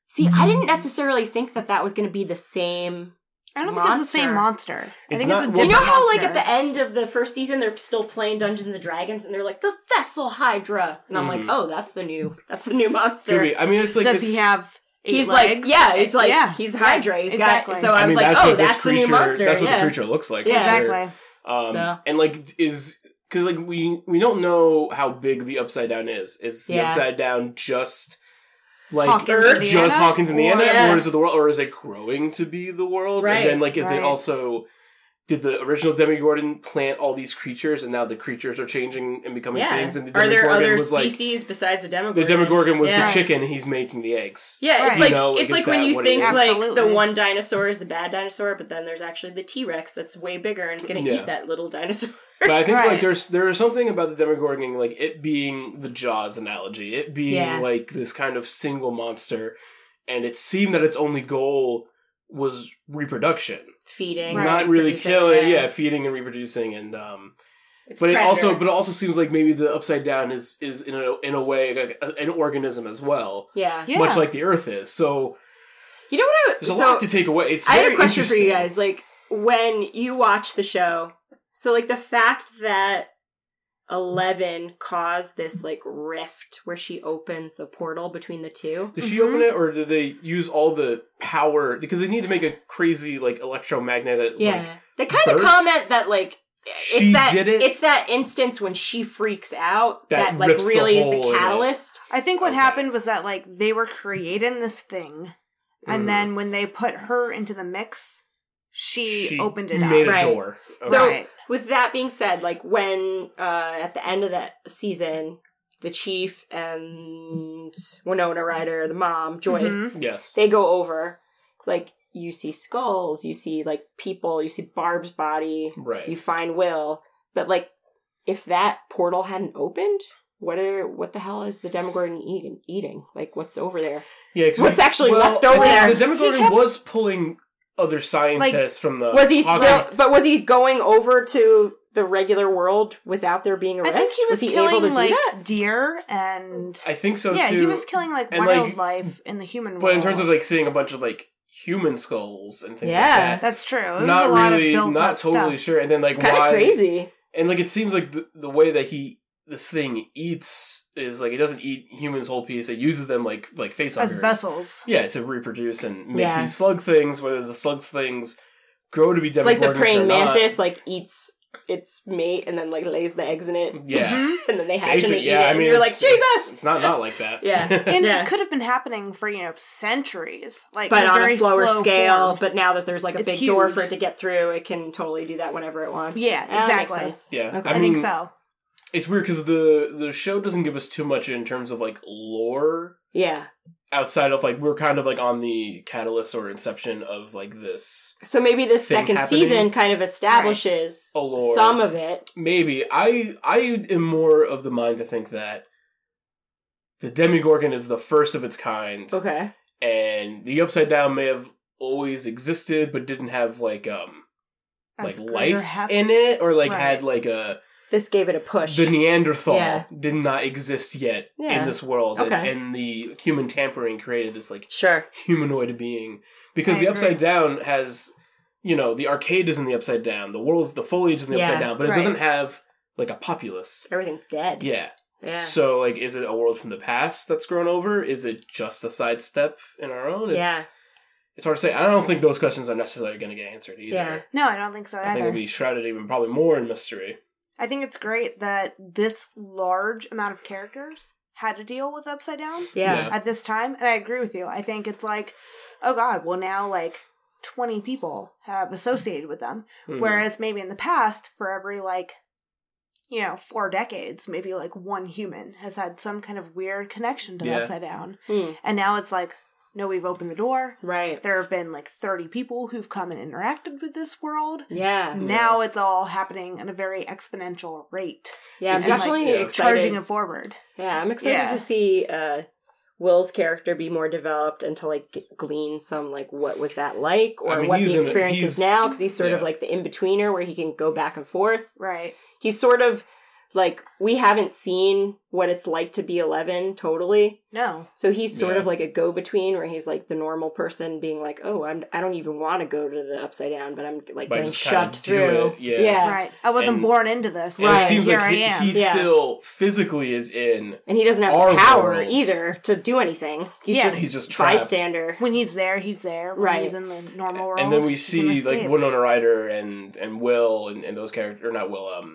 See, I didn't necessarily think that that was going to be the same. I don't think it's the same monster. I It's think not- it's a well- different You know how like at monster. the end of the first season they're still playing Dungeons and Dragons and they're like the Vessel Hydra, and I'm Mm-hmm. like, oh, that's the new that's the new monster. maybe I mean it's like does it's, he have eight He's like, legs? yeah, he's like, Yeah. he's Hydra. He's Exactly. got. So I, I was mean, like, that's oh, what this that's the new creature- monster. That's what yeah. the creature looks like. Yeah. right there. exactly. Um, So- And like is because like we we don't know how big the upside down is. Is the Yeah. upside down just like Hawkins, Earth, Indiana? just Hawkins, Indiana, Or- or is it the world, or is it growing to be the world? Right, And then like is right. it also did the original Demigorgon plant all these creatures, and now the creatures are changing and becoming Yeah. things? And the Are there Demigorgon other was like species besides the Demogorgon? the Demogorgon was Yeah. the chicken. He's making the eggs. Yeah, Right. it's like You know, like, it's is like when that you what it think is? like the Absolutely. one dinosaur is the bad dinosaur, but then there's actually the T Rex that's way bigger and is going to Yeah. eat that little dinosaur. But I think Right. like there's there is something about the Demogorgon, like it being the Jaws analogy, it being Yeah. like this kind of single monster, and it seemed that its only goal was reproduction, Feeding, Right. not really reproducing, killing. Yeah. feeding and reproducing, and um. It's But it predator. also, but it also seems like maybe the upside down is is in a in a way like a, an organism as well, yeah. Yeah. much like the Earth is. So You know what? I, there's a so lot to take away. It's I had very a question for you interesting. guys. Like when you watch the show, so like the fact that Eleven caused this like rift where she opens the portal between the two. Did she Mhm. open it, or did they use all the power? Because they need to make a crazy like electromagnetic. Yeah, like, they kind of burst? comment that like She it's that did it? it's that instance when she freaks out That that, like rips the really is hole the in it. catalyst. I think what Okay. happened was that like they were creating this thing, and Mm. then when they put her into the mix, she, opened it up. made a Right. door. So Right. with that being said, like when uh at the end of that season, the chief and Winona Ryder, the mom, Joyce, yes, they go over like you see skulls you see like people you see barb's body right. you find will but like if that portal hadn't opened what are what the hell is the demogorgon eating eating like what's over there yeah, 'cause what's we- actually well, left over I think there The Demogorgon He kept- was pulling other scientists from the. was he still Hawkins. but was he going over to the regular world without there being a I rift think he was, killing able to like do that deer and I think so yeah, too. he was killing like and, like- wildlife in the human world. but in terms of like seeing a bunch of like human skulls and things Yeah. like that. that's true. It was not a lot really, of built not up totally stuff. sure. And then like it's kind why? of crazy And like it seems like the, the way that he this thing eats is like it doesn't eat humans whole piece. It uses them like like face as vessels. Yeah, to reproduce and make Yeah. these slug things. Whether the slug things grow to be like demogorgons the praying or not. mantis like eats its mate and then like lays the eggs in it Yeah. Mhm. and then they hatch and Basically, they eat it, and you're like it's- it's- Jesus. It's not not like that. Yeah. And Yeah. it could have been happening for you know centuries, like But in on a very slower slow scale. form. But now that there's like a It's big door huge. for it to get through, it can totally do that whenever it wants. Yeah, Ah, that makes exactly. sense. yeah. Okay. I, I, mean, think so. it's weird because the the show doesn't give us too much in terms of like lore Yeah. outside of like we're kind of like on the catalyst or inception of like this. So maybe this Thing second happening. season kind of establishes A lore. some of it. Maybe I I am more of the mind to think that the Demigorgon is the first of its kind. Okay. and the upside down may have always existed but didn't have like um As like greater life hap- in it or like Right. had like a This gave it a push. the neanderthal Yeah. did not exist yet Yeah. in this world and, Okay. and the human tampering created this like sure. humanoid being because I the agree. upside down has you know the arcade is in the upside down the world's the foliage is in the Yeah, upside down but it right. doesn't have like a populace Everything's dead. yeah Yeah. so like is it a world from the past that's grown over is it just a sidestep in our own it's, Yeah. it's hard to say i don't think those questions are necessarily going to get answered either Yeah. No, I don't think so either. i think it'll be shrouded even probably more in mystery I think it's great that this large amount of characters how to deal with upside down Yeah. Yeah. at this time and i agree with you i think it's like oh god well now like 20 people have associated with them Mhm. whereas maybe in the past for every like you know four decades maybe like one human has had some kind of weird connection to the Yeah. upside down Hmm. and now it's like no we've opened the door Right. there have been like 30 people who've come and interacted with this world Mm. Yeah. now it's all happening at a very exponential rate Yeah. I'm It's definitely like, yeah. charging excited. it forward Yeah, I'm excited Yeah. to see uh, Will's character be more developed and to like g- glean some like what was that like or I mean, what he's the in it. experience He's- is now because he's sort of yeah. like the in betweener where he can go back and forth. right He's sort of like we haven't seen what it's like to be 11 totally. no So he's sort Yeah. of like a go between where he's like the normal person being like, "Oh, I'm I don't even want to go to the upside down, but I'm like But I getting just kinda shoved do through." it, yeah. right i wasn't And- born into this And Right. it seems here like i he, am he Yeah. still physically is in. And he doesn't have Our the power worlds. either to do anything. He's Yeah. just He's just trapped. bystander. when he's there he's there when Right. he's in the normal world And then we he can see like escape. Winona Ryder and and Will and, and those characters, or not Will, um,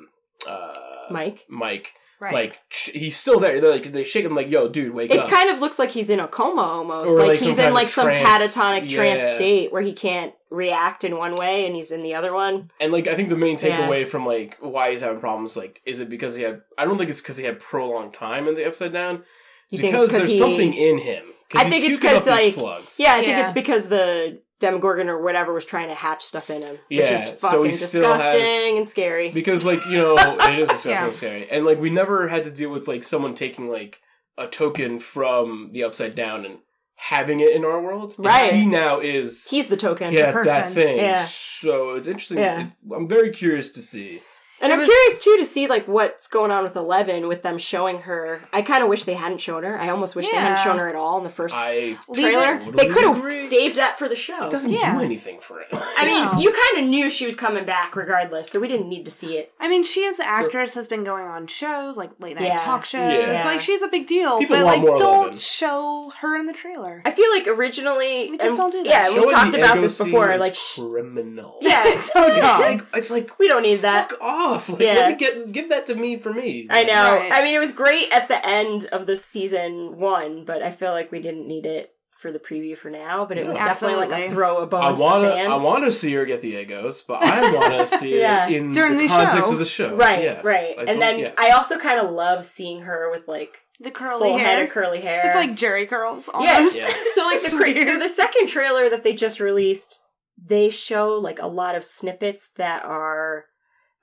uh, Mike. Mike. right Like sh- he's still there. They're like they shake him like, "Yo, dude, wake It up!" kind of looks like he's in a coma almost. Or, like, like, some he's kind in of like some trance. catatonic trance Yeah. state where he can't react in one way and he's in the other one. and like I think the main Yeah. takeaway from like why he's having problems like is it because he had? I don't think it's because he had prolonged time in the Upside Down. You think because it's because there's he something in him. I he think it's puking up 'cause, these like- slugs. Yeah, I think Yeah. it's because the Demogorgon or whatever was trying to hatch stuff in him. Which Yeah, is so fucking he disgusting still has- and scary. because like you know it is disgusting Yeah. and scary and like we never had to deal with like someone taking like a token from the upside down and having it in our world And Right. he now is he's the token. yeah person. that thing Yeah. so it's interesting Yeah. It- i'm very curious to see And It I'm was- curious too to see like what's going on with Eleven with them showing her. I kind of wish they hadn't shown her. I almost wish they hadn't Yeah. shown her at all in the first i Leave trailer. it- Totally they could have agree. saved that for the show. it doesn't Yeah. do anything for it I mean, No. you kind of knew she was coming back regardless, so we didn't need to see it. I mean, she as an actress has been going on shows like late night Yeah. talk shows. Yeah. Like she's a big deal, People but want like more don't Eleven. show her in the trailer. I feel like originally, We just and- don't do that. Yeah, and Showing we the talked about ego this scene before. is Like, sh- criminal yeah, it's so it's dumb. like it's like we don't need that. fuck off like Yeah. let me get give that to me for me I know. Right. I mean, it was great at the end of the season one, but I feel like we didn't need it for the preview for now. But it was No. definitely like a Absolutely. throw a bone I to the want to. fans. I want to see her get the egos, but I want to see Yeah. it in During the the context show. of the show. Right, Yes. right. I and told- then yes. I also kind of love seeing her with like The curly full hair. head of curly hair. It's like Jerry curls yeah. almost. Yeah. so like the It's cra- so weird. the second trailer that they just released, they show like a lot of snippets that are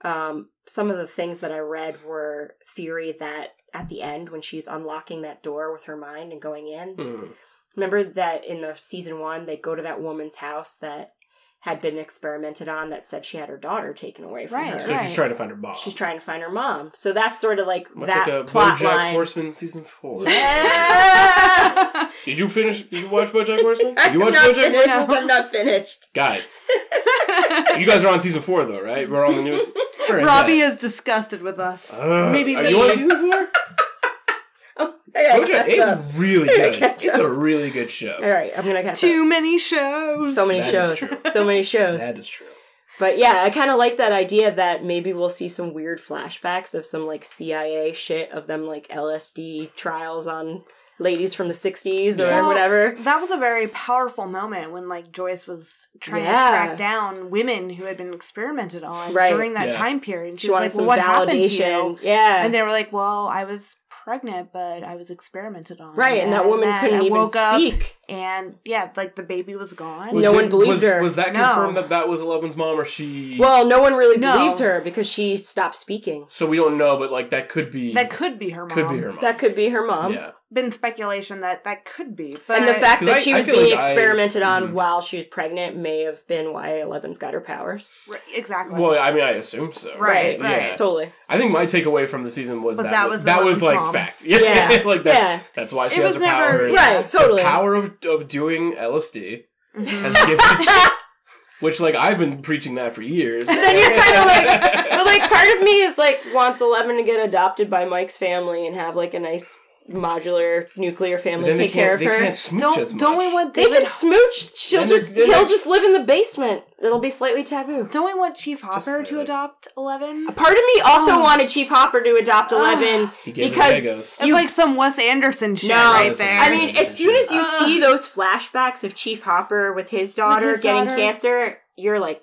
um some of the things that I read were theory that at the end when she's unlocking that door with her mind and going in. Hmm. Remember that in the season 1 they go to that woman's house that had been experimented on that said she had her daughter taken away from Right, her. So she's Right. trying to find her mom. She's trying to find her mom. So that's sort of like Much that like a plot BoJack line. Horseman season four. Yeah! Did you finish? Did you watch BoJack Horseman? Did you I'm watch not BoJack finished. Horseman? Horseman? I'm not finished. Guys, you guys are on season four though, right? We're on the newest. we're in Robbie that. is disgusted with us. Ugh. Maybe are you on we. season four? I gotta BoJack, catch up. it's really good. catch It's up. a really good All show. right, I'm gonna catch Too many shows. up. So many That is shows. true. So many shows. That is true. But yeah, I kind of like that idea that maybe we'll see some weird flashbacks of some like CIA shit of them like LSD trials on ladies from the 60s or Yeah. Well, whatever. That was a very powerful moment when like Joyce was trying Yeah. to track down women who had been experimented on Right. during that Yeah. time period. She, She was wanted like, some well, "What happened to you?" validation. Yeah. And they were like, "Well, I was pregnant, but I was experimented on." right, and that woman then couldn't I even woke up, speak. and yeah, like the baby was gone. No Was- one believed was, her. Was that No. confirmed that that was Eleven's mom, or she? Well, no one really No. believes her because she stopped speaking. so we don't know, but like that could be That could be her mom. could be her mom. That could be her mom. yeah. Been speculation that that could be, but And the fact 'Cause that I- she I was feel being like I- experimented on Mhm. while she was pregnant may have been why Eleven's got her powers. Right, exactly. Well, I mean, I assume so. Right, Yeah. right. Totally. I think my takeaway from the season was, Was that, that was, was that Eleven's was like mom. fact. Yeah, Yeah. like that's Yeah. that's why she It has was her never- power. Yeah. Right, totally. The power of of doing LSD Mm-hmm. has given, which like I've been preaching that for years. And then you're kind of like, but like part of me is like wants Eleven to get adopted by Mike's family and have like a nice modular nuclear But family then they take care can't- of they her. can't smooch Don't as much. don't we want They David? can smooch. She'll Then they're- just then he'll they're- just live in the basement. It'll be slightly taboo. Don't we want Chief Hopper to slightly. adopt Eleven? Part of me also wanted Chief Hopper to adopt Eleven He gave her because Legos. It's like some Wes Anderson shit No, right Listen, there. I mean, as soon as you Ugh. see those flashbacks of Chief Hopper with his daughter his getting daughter. cancer, you're like,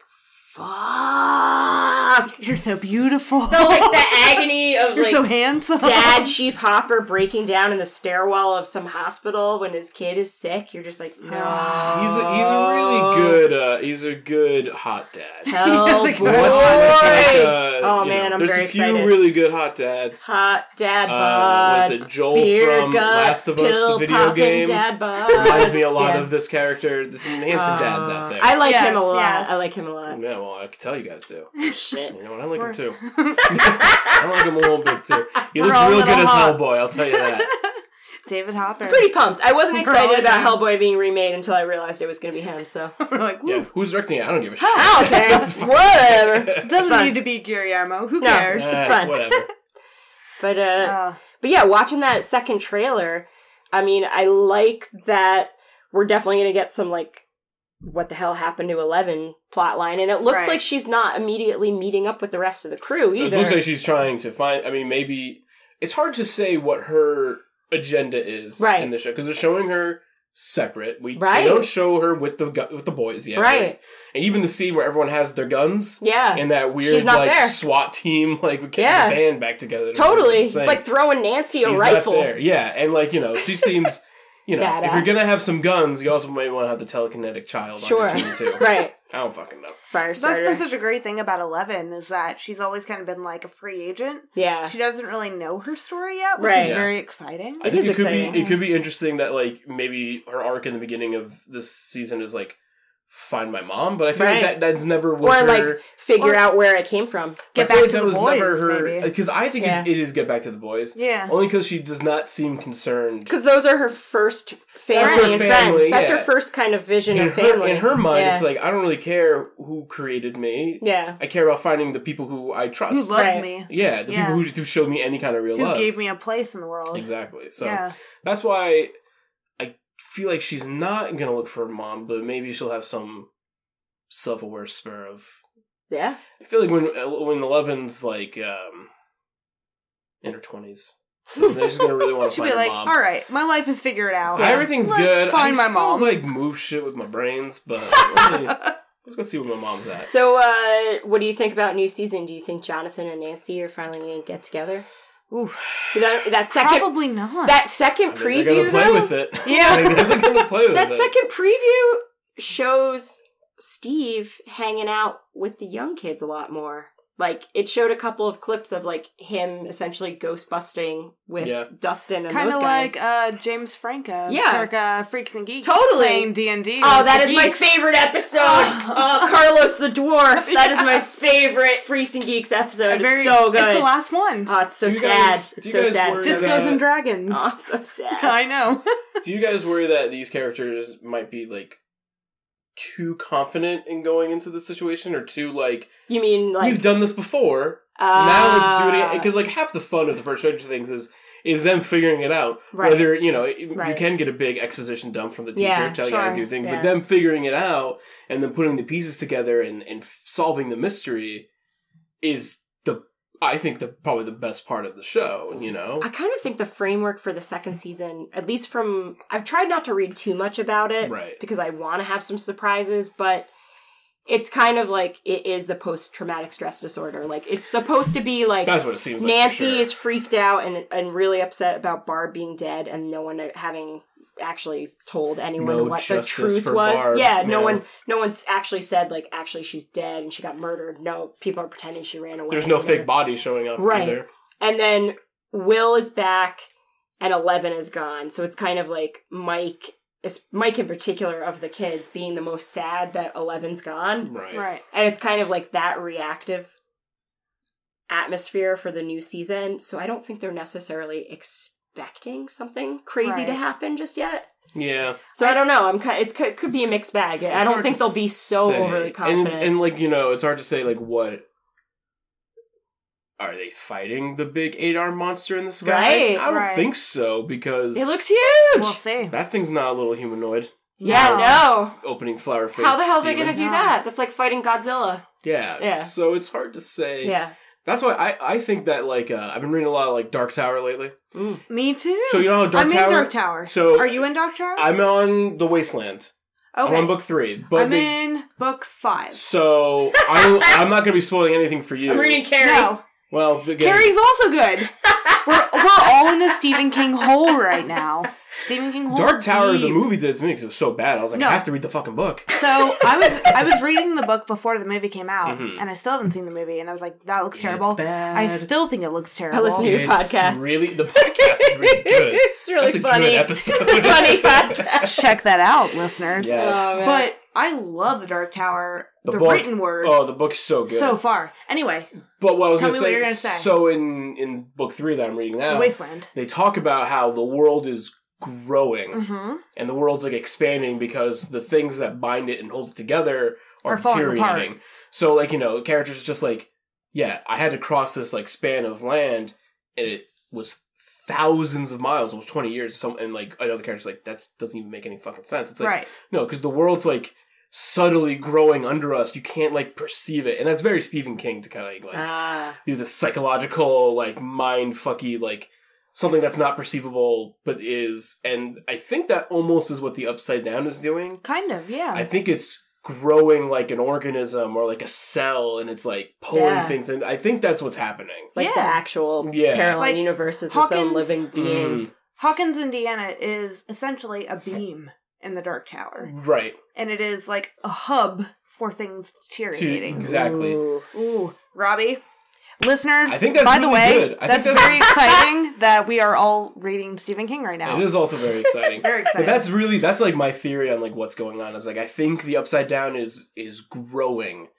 fuck. you're so beautiful. So, like the agony of you're like so handsome. dad Chief Hopper breaking down in the stairwell of some hospital when his kid is sick. You're just like, no. he's a, he's a really good uh, he's a good hot dad. Oh. Hell He's a boy. good- What's that, uh, Oh, you know, man, I'm there's very a few excited. really good hot dads. Hot dad Uh, was bod. it Joel Beer from gut, Last of Us, pill the video poppin' game? dad bod. Reminds me a lot Yeah. of this character. There's some handsome dads Uh, out there. I like Yes, him a lot. yes. I like him a lot. yeah, well, I can tell you guys do. Shit. You know what? I like him too. I like him a little bit too. He We're looks all a real good little as hot. Hellboy. I'll tell you that. David Hopper. Pretty pumped. I wasn't Bro, excited I about know. Hellboy being remade until I realized it was going to be him. So We're like, Yeah, woo. who's directing it? I don't give a shit. I don't care. Whatever. Doesn't fine. need to be Guillermo. Who No. cares? It's Eh, fine. Whatever. But uh, Uh, but yeah, watching that second trailer, I mean, I like that we're definitely going to get some like what the hell happened to Eleven plotline, and it looks Right. like she's not immediately meeting up with the rest of the crew It either. looks like she's trying to find. I mean, maybe it's hard to say what her agenda is Right. in the show because they're showing her separate. We they Right. don't show her with the gu- with the boys yet. Right. And even the scene where everyone has their guns. yeah. And that weird She's not like there. SWAT team, like we get Yeah. the band back together. to do Totally. this It's thing. like throwing Nancy She's a not rifle. there. Yeah, and like you know, she seems. You know, if Badass. you're gonna have some guns, you also may want to have the telekinetic child Sure. on your team too. Right. I don't fucking know. that's been Firestarter. such a great thing about Eleven is that she's always kind of been like a free agent. yeah. She doesn't really know her story yet, which Right. is Yeah. very exciting. I think is it could be exciting. it could be interesting that like maybe her arc in the beginning of this season is like find my mom, but I feel Right. like that that's never what Or her, like figure Or- out where I came from. Get I feel back like to that the was boys, never her maybe. because I think Yeah. it, it is get back to the boys. Yeah. only because she does not seem concerned. Because those are her first family That's her and family, friends. That's yeah. her first kind of vision In of her, family. in her mind, yeah. it's like I don't really care who created me. yeah, I care about finding the people who I trust. Who loved Right. me? yeah, the Yeah. people who, who showed me any kind of real Who love. gave me a place in the world? exactly. So Yeah. That's why I feel like she's not gonna look for her mom, but maybe she'll have some self-aware spur of. yeah, I feel like when when Eleven's like um, in her twenties, they're just gonna really want to She'd find be her like, mom. all right, my life is figured out. Yeah, Everything's Let's good. Find I my still, mom. Like move shit with my brains, but let me- let's go see where my mom's at. So, uh, what do you think about new season? Do you think Jonathan and Nancy are finally going to get together? Ooh, That, that second, probably not. that second I mean, they're preview gonna play though. with it. Yeah. Like, they're gonna play with that it. second preview shows Steve hanging out with the young kids a lot more. Like it showed a couple of clips of like him essentially ghost busting with Yeah. Dustin and kind those of guys. like uh, James Franco, Yeah. circa Freaks and Geeks, Totally. playing D and D. Oh, that is my favorite episode. Oh. Oh, Carlos the dwarf. That is my favorite Freaks and Geeks episode. it's so good. It's the last one. oh, it's so Do you sad. guys- do it's you so guys sad. worry It's so- about- Discos uh, and Dragons. Oh, so sad. I know. Do you guys worry that these characters might be like too confident in going into the situation, or too like You mean like we've done this before? uh, now let's do it because like half the fun of the first Stranger Things is is them figuring it out. Right. Whether you know it- you Right. can get a big exposition dump from the teacher Yeah, telling you how to sure, do things, yeah. but them figuring it out and then putting the pieces together and and f- solving the mystery is the I think the probably the best part of the show. You know, I kind of think the framework for the second season, at least from I've tried not to read too much about it Right. because I want to have some surprises, but it's kind of like it is the post traumatic stress disorder. Like it's supposed to be like that's what it seems. like. for Nancy sure. is freaked out and and really upset about Barb being dead and no one uh, having actually told anyone No what the justice truth for was. Barb, yeah, no yeah. one no one's actually said like actually she's dead and she got murdered. No, people are pretending she ran away. There's no Whatever. fake body showing up Right. either. And then Will is back and Eleven is gone. So it's kind of like Mike is Mike in particular of the kids being the most sad that Eleven's gone. Right. right. And it's kind of like that reactive atmosphere for the new season. So I don't think they're necessarily expecting something crazy to Right. happen just yet. Yeah. So I, don't know. I'm kind it's it could be a mixed bag. I It's don't hard think to they'll be so say. overly And- confident. And, like you know, it's hard to say like what are they fighting the big eight armed monster in the sky? Right, I don't right. think so because It looks huge. We'll see. that thing's not a little humanoid. yeah, no. Opening flower face. How the hell are they gonna demon. do that? That's like fighting Godzilla. Yeah, Yeah. So it's hard to say. Yeah. That's why I, I think that like uh, I've been reading a lot of like Dark Tower lately. Me too. So you know how Dark I'm Tower. in Dark Tower. So- are you in Dark Tower? I'm on the Wasteland. okay. I'm on book three, but I'm they, in book five. so I'm, I'm not gonna be spoiling anything for you. I'm reading Carrie. No, Well, again, Carrie's also good. we're, we're all in a Stephen King hole right now. Stephen King hole. Dark Tower, the deep. movie did it to me because it was so bad. I was like, No. I have to read the fucking book. So I was I was reading the book before the movie came out, Mhm. and I still haven't seen the movie, and I was like, that looks It's terrible. bad. I still think it looks terrible. listen to you. New podcast. Really, the podcast is really good. It's really That's a funny. good episode. It's a funny podcast. Check that out, listeners. Yes. Oh, man. But I love the Dark Tower, the, book- written word, Oh, the book's so good. so far. Anyway, but what I was tell me gonna what say, you're gonna say. So in in book three that I'm reading now, The Wasteland. they talk about how the world is growing Mm-hmm. and the world's like expanding because the things that bind it and hold it together are, Are falling apart. deteriorating. So like you know, characters are just like, yeah, I had to cross this like span of land, and it was thousands of miles. It was twenty years. Some and like another character's like that doesn't even make any fucking sense. It's like right. no, because the world's like subtly growing under us. You can't like perceive it, and that's very Stephen King to kind of like, like Ah. do the psychological like mind fucky like something that's not perceivable but is and i think that almost is what the upside down is doing Kind of, yeah. i think it's growing like an organism or like a cell and it's like pulling Yeah. things in i think that's what's happening Like the Yeah. actual Yeah. parallel Like, universe is its Hawkins- own living being. Hawkins, Indiana is essentially a beam in the Dark Tower, Mm, right and it is like a hub for things deteriorating. To- Exactly. Ooh. Ooh, Robbie. Listeners, I think that's by the really way, good. I think that's, that's- very exciting that we are all reading Stephen King right now. it is also very exciting Very but exciting. that's really that's like my theory on like what's going on is like i think the upside down is is growing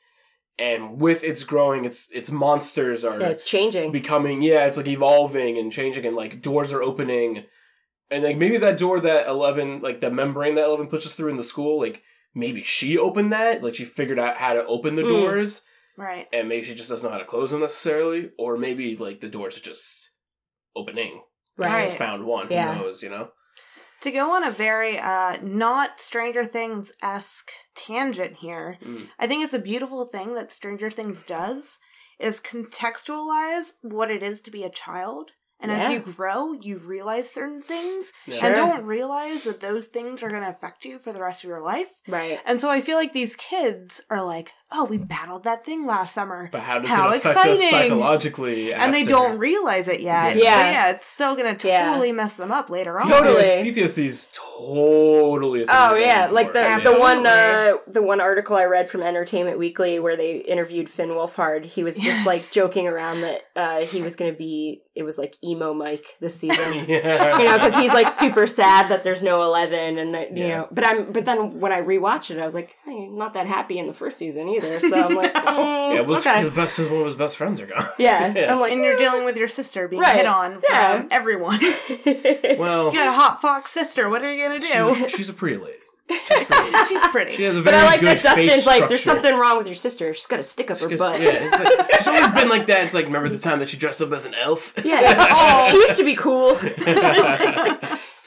and with its growing its its monsters are Yeah, it's changing. becoming yeah it's like evolving and changing and like doors are opening and like maybe that door that 11 like the membrane that 11 pushes through in the school like maybe she opened that like she figured out how to open the Hmm. doors right. and maybe she just doesn't know how to close them necessarily or maybe like the doors are just opening right. Right. just found one Yeah. who knows you know To go on a very uh not Stranger Things esque tangent here, Mm. I think it's a beautiful thing that Stranger Things does is contextualize what it is to be a child. And Yeah. as you grow, you realize certain things Yeah. Sure. and don't realize that those things are going to affect you for the rest of your life. Right. And so I feel like these kids are like, oh, we battled that thing last summer. but how does How it affect us exciting. psychologically and they after? don't realize it yet. Yeah. Yeah. Yeah. yeah, it's still going to Yeah. totally mess them up later on. Totally. PTSD is totally a thing Oh we're yeah, going like for. the Yeah. the one uh, Absolutely. the one article I read from Entertainment Weekly where they interviewed Finn Wolfhard. He was just Yes. like joking around that uh, he was going to be it was like emo Mike this season. yeah. You know, because he's like super sad that there's no eleven, and uh, you Yeah. know. But I'm, but then when I rewatched it, I was like, hey, you're not that happy in the first season either. So I'm like, mm, Yeah, well, okay, his best, one of his best friends are gone. yeah. Yeah. I'm like, And you're dealing with your sister being Right. hit on from Yeah. everyone. you Well, got a hot fox sister. What are you going to do? she's, she's a pretty lady. She's pretty. She has a but very I like good that Dustin's face like, there's structure. something wrong with your sister. She's got a stick up her butt. Yeah, it's like, she's always been like that. It's like remember the time that she dressed up as an elf. Yeah, she used to be cool.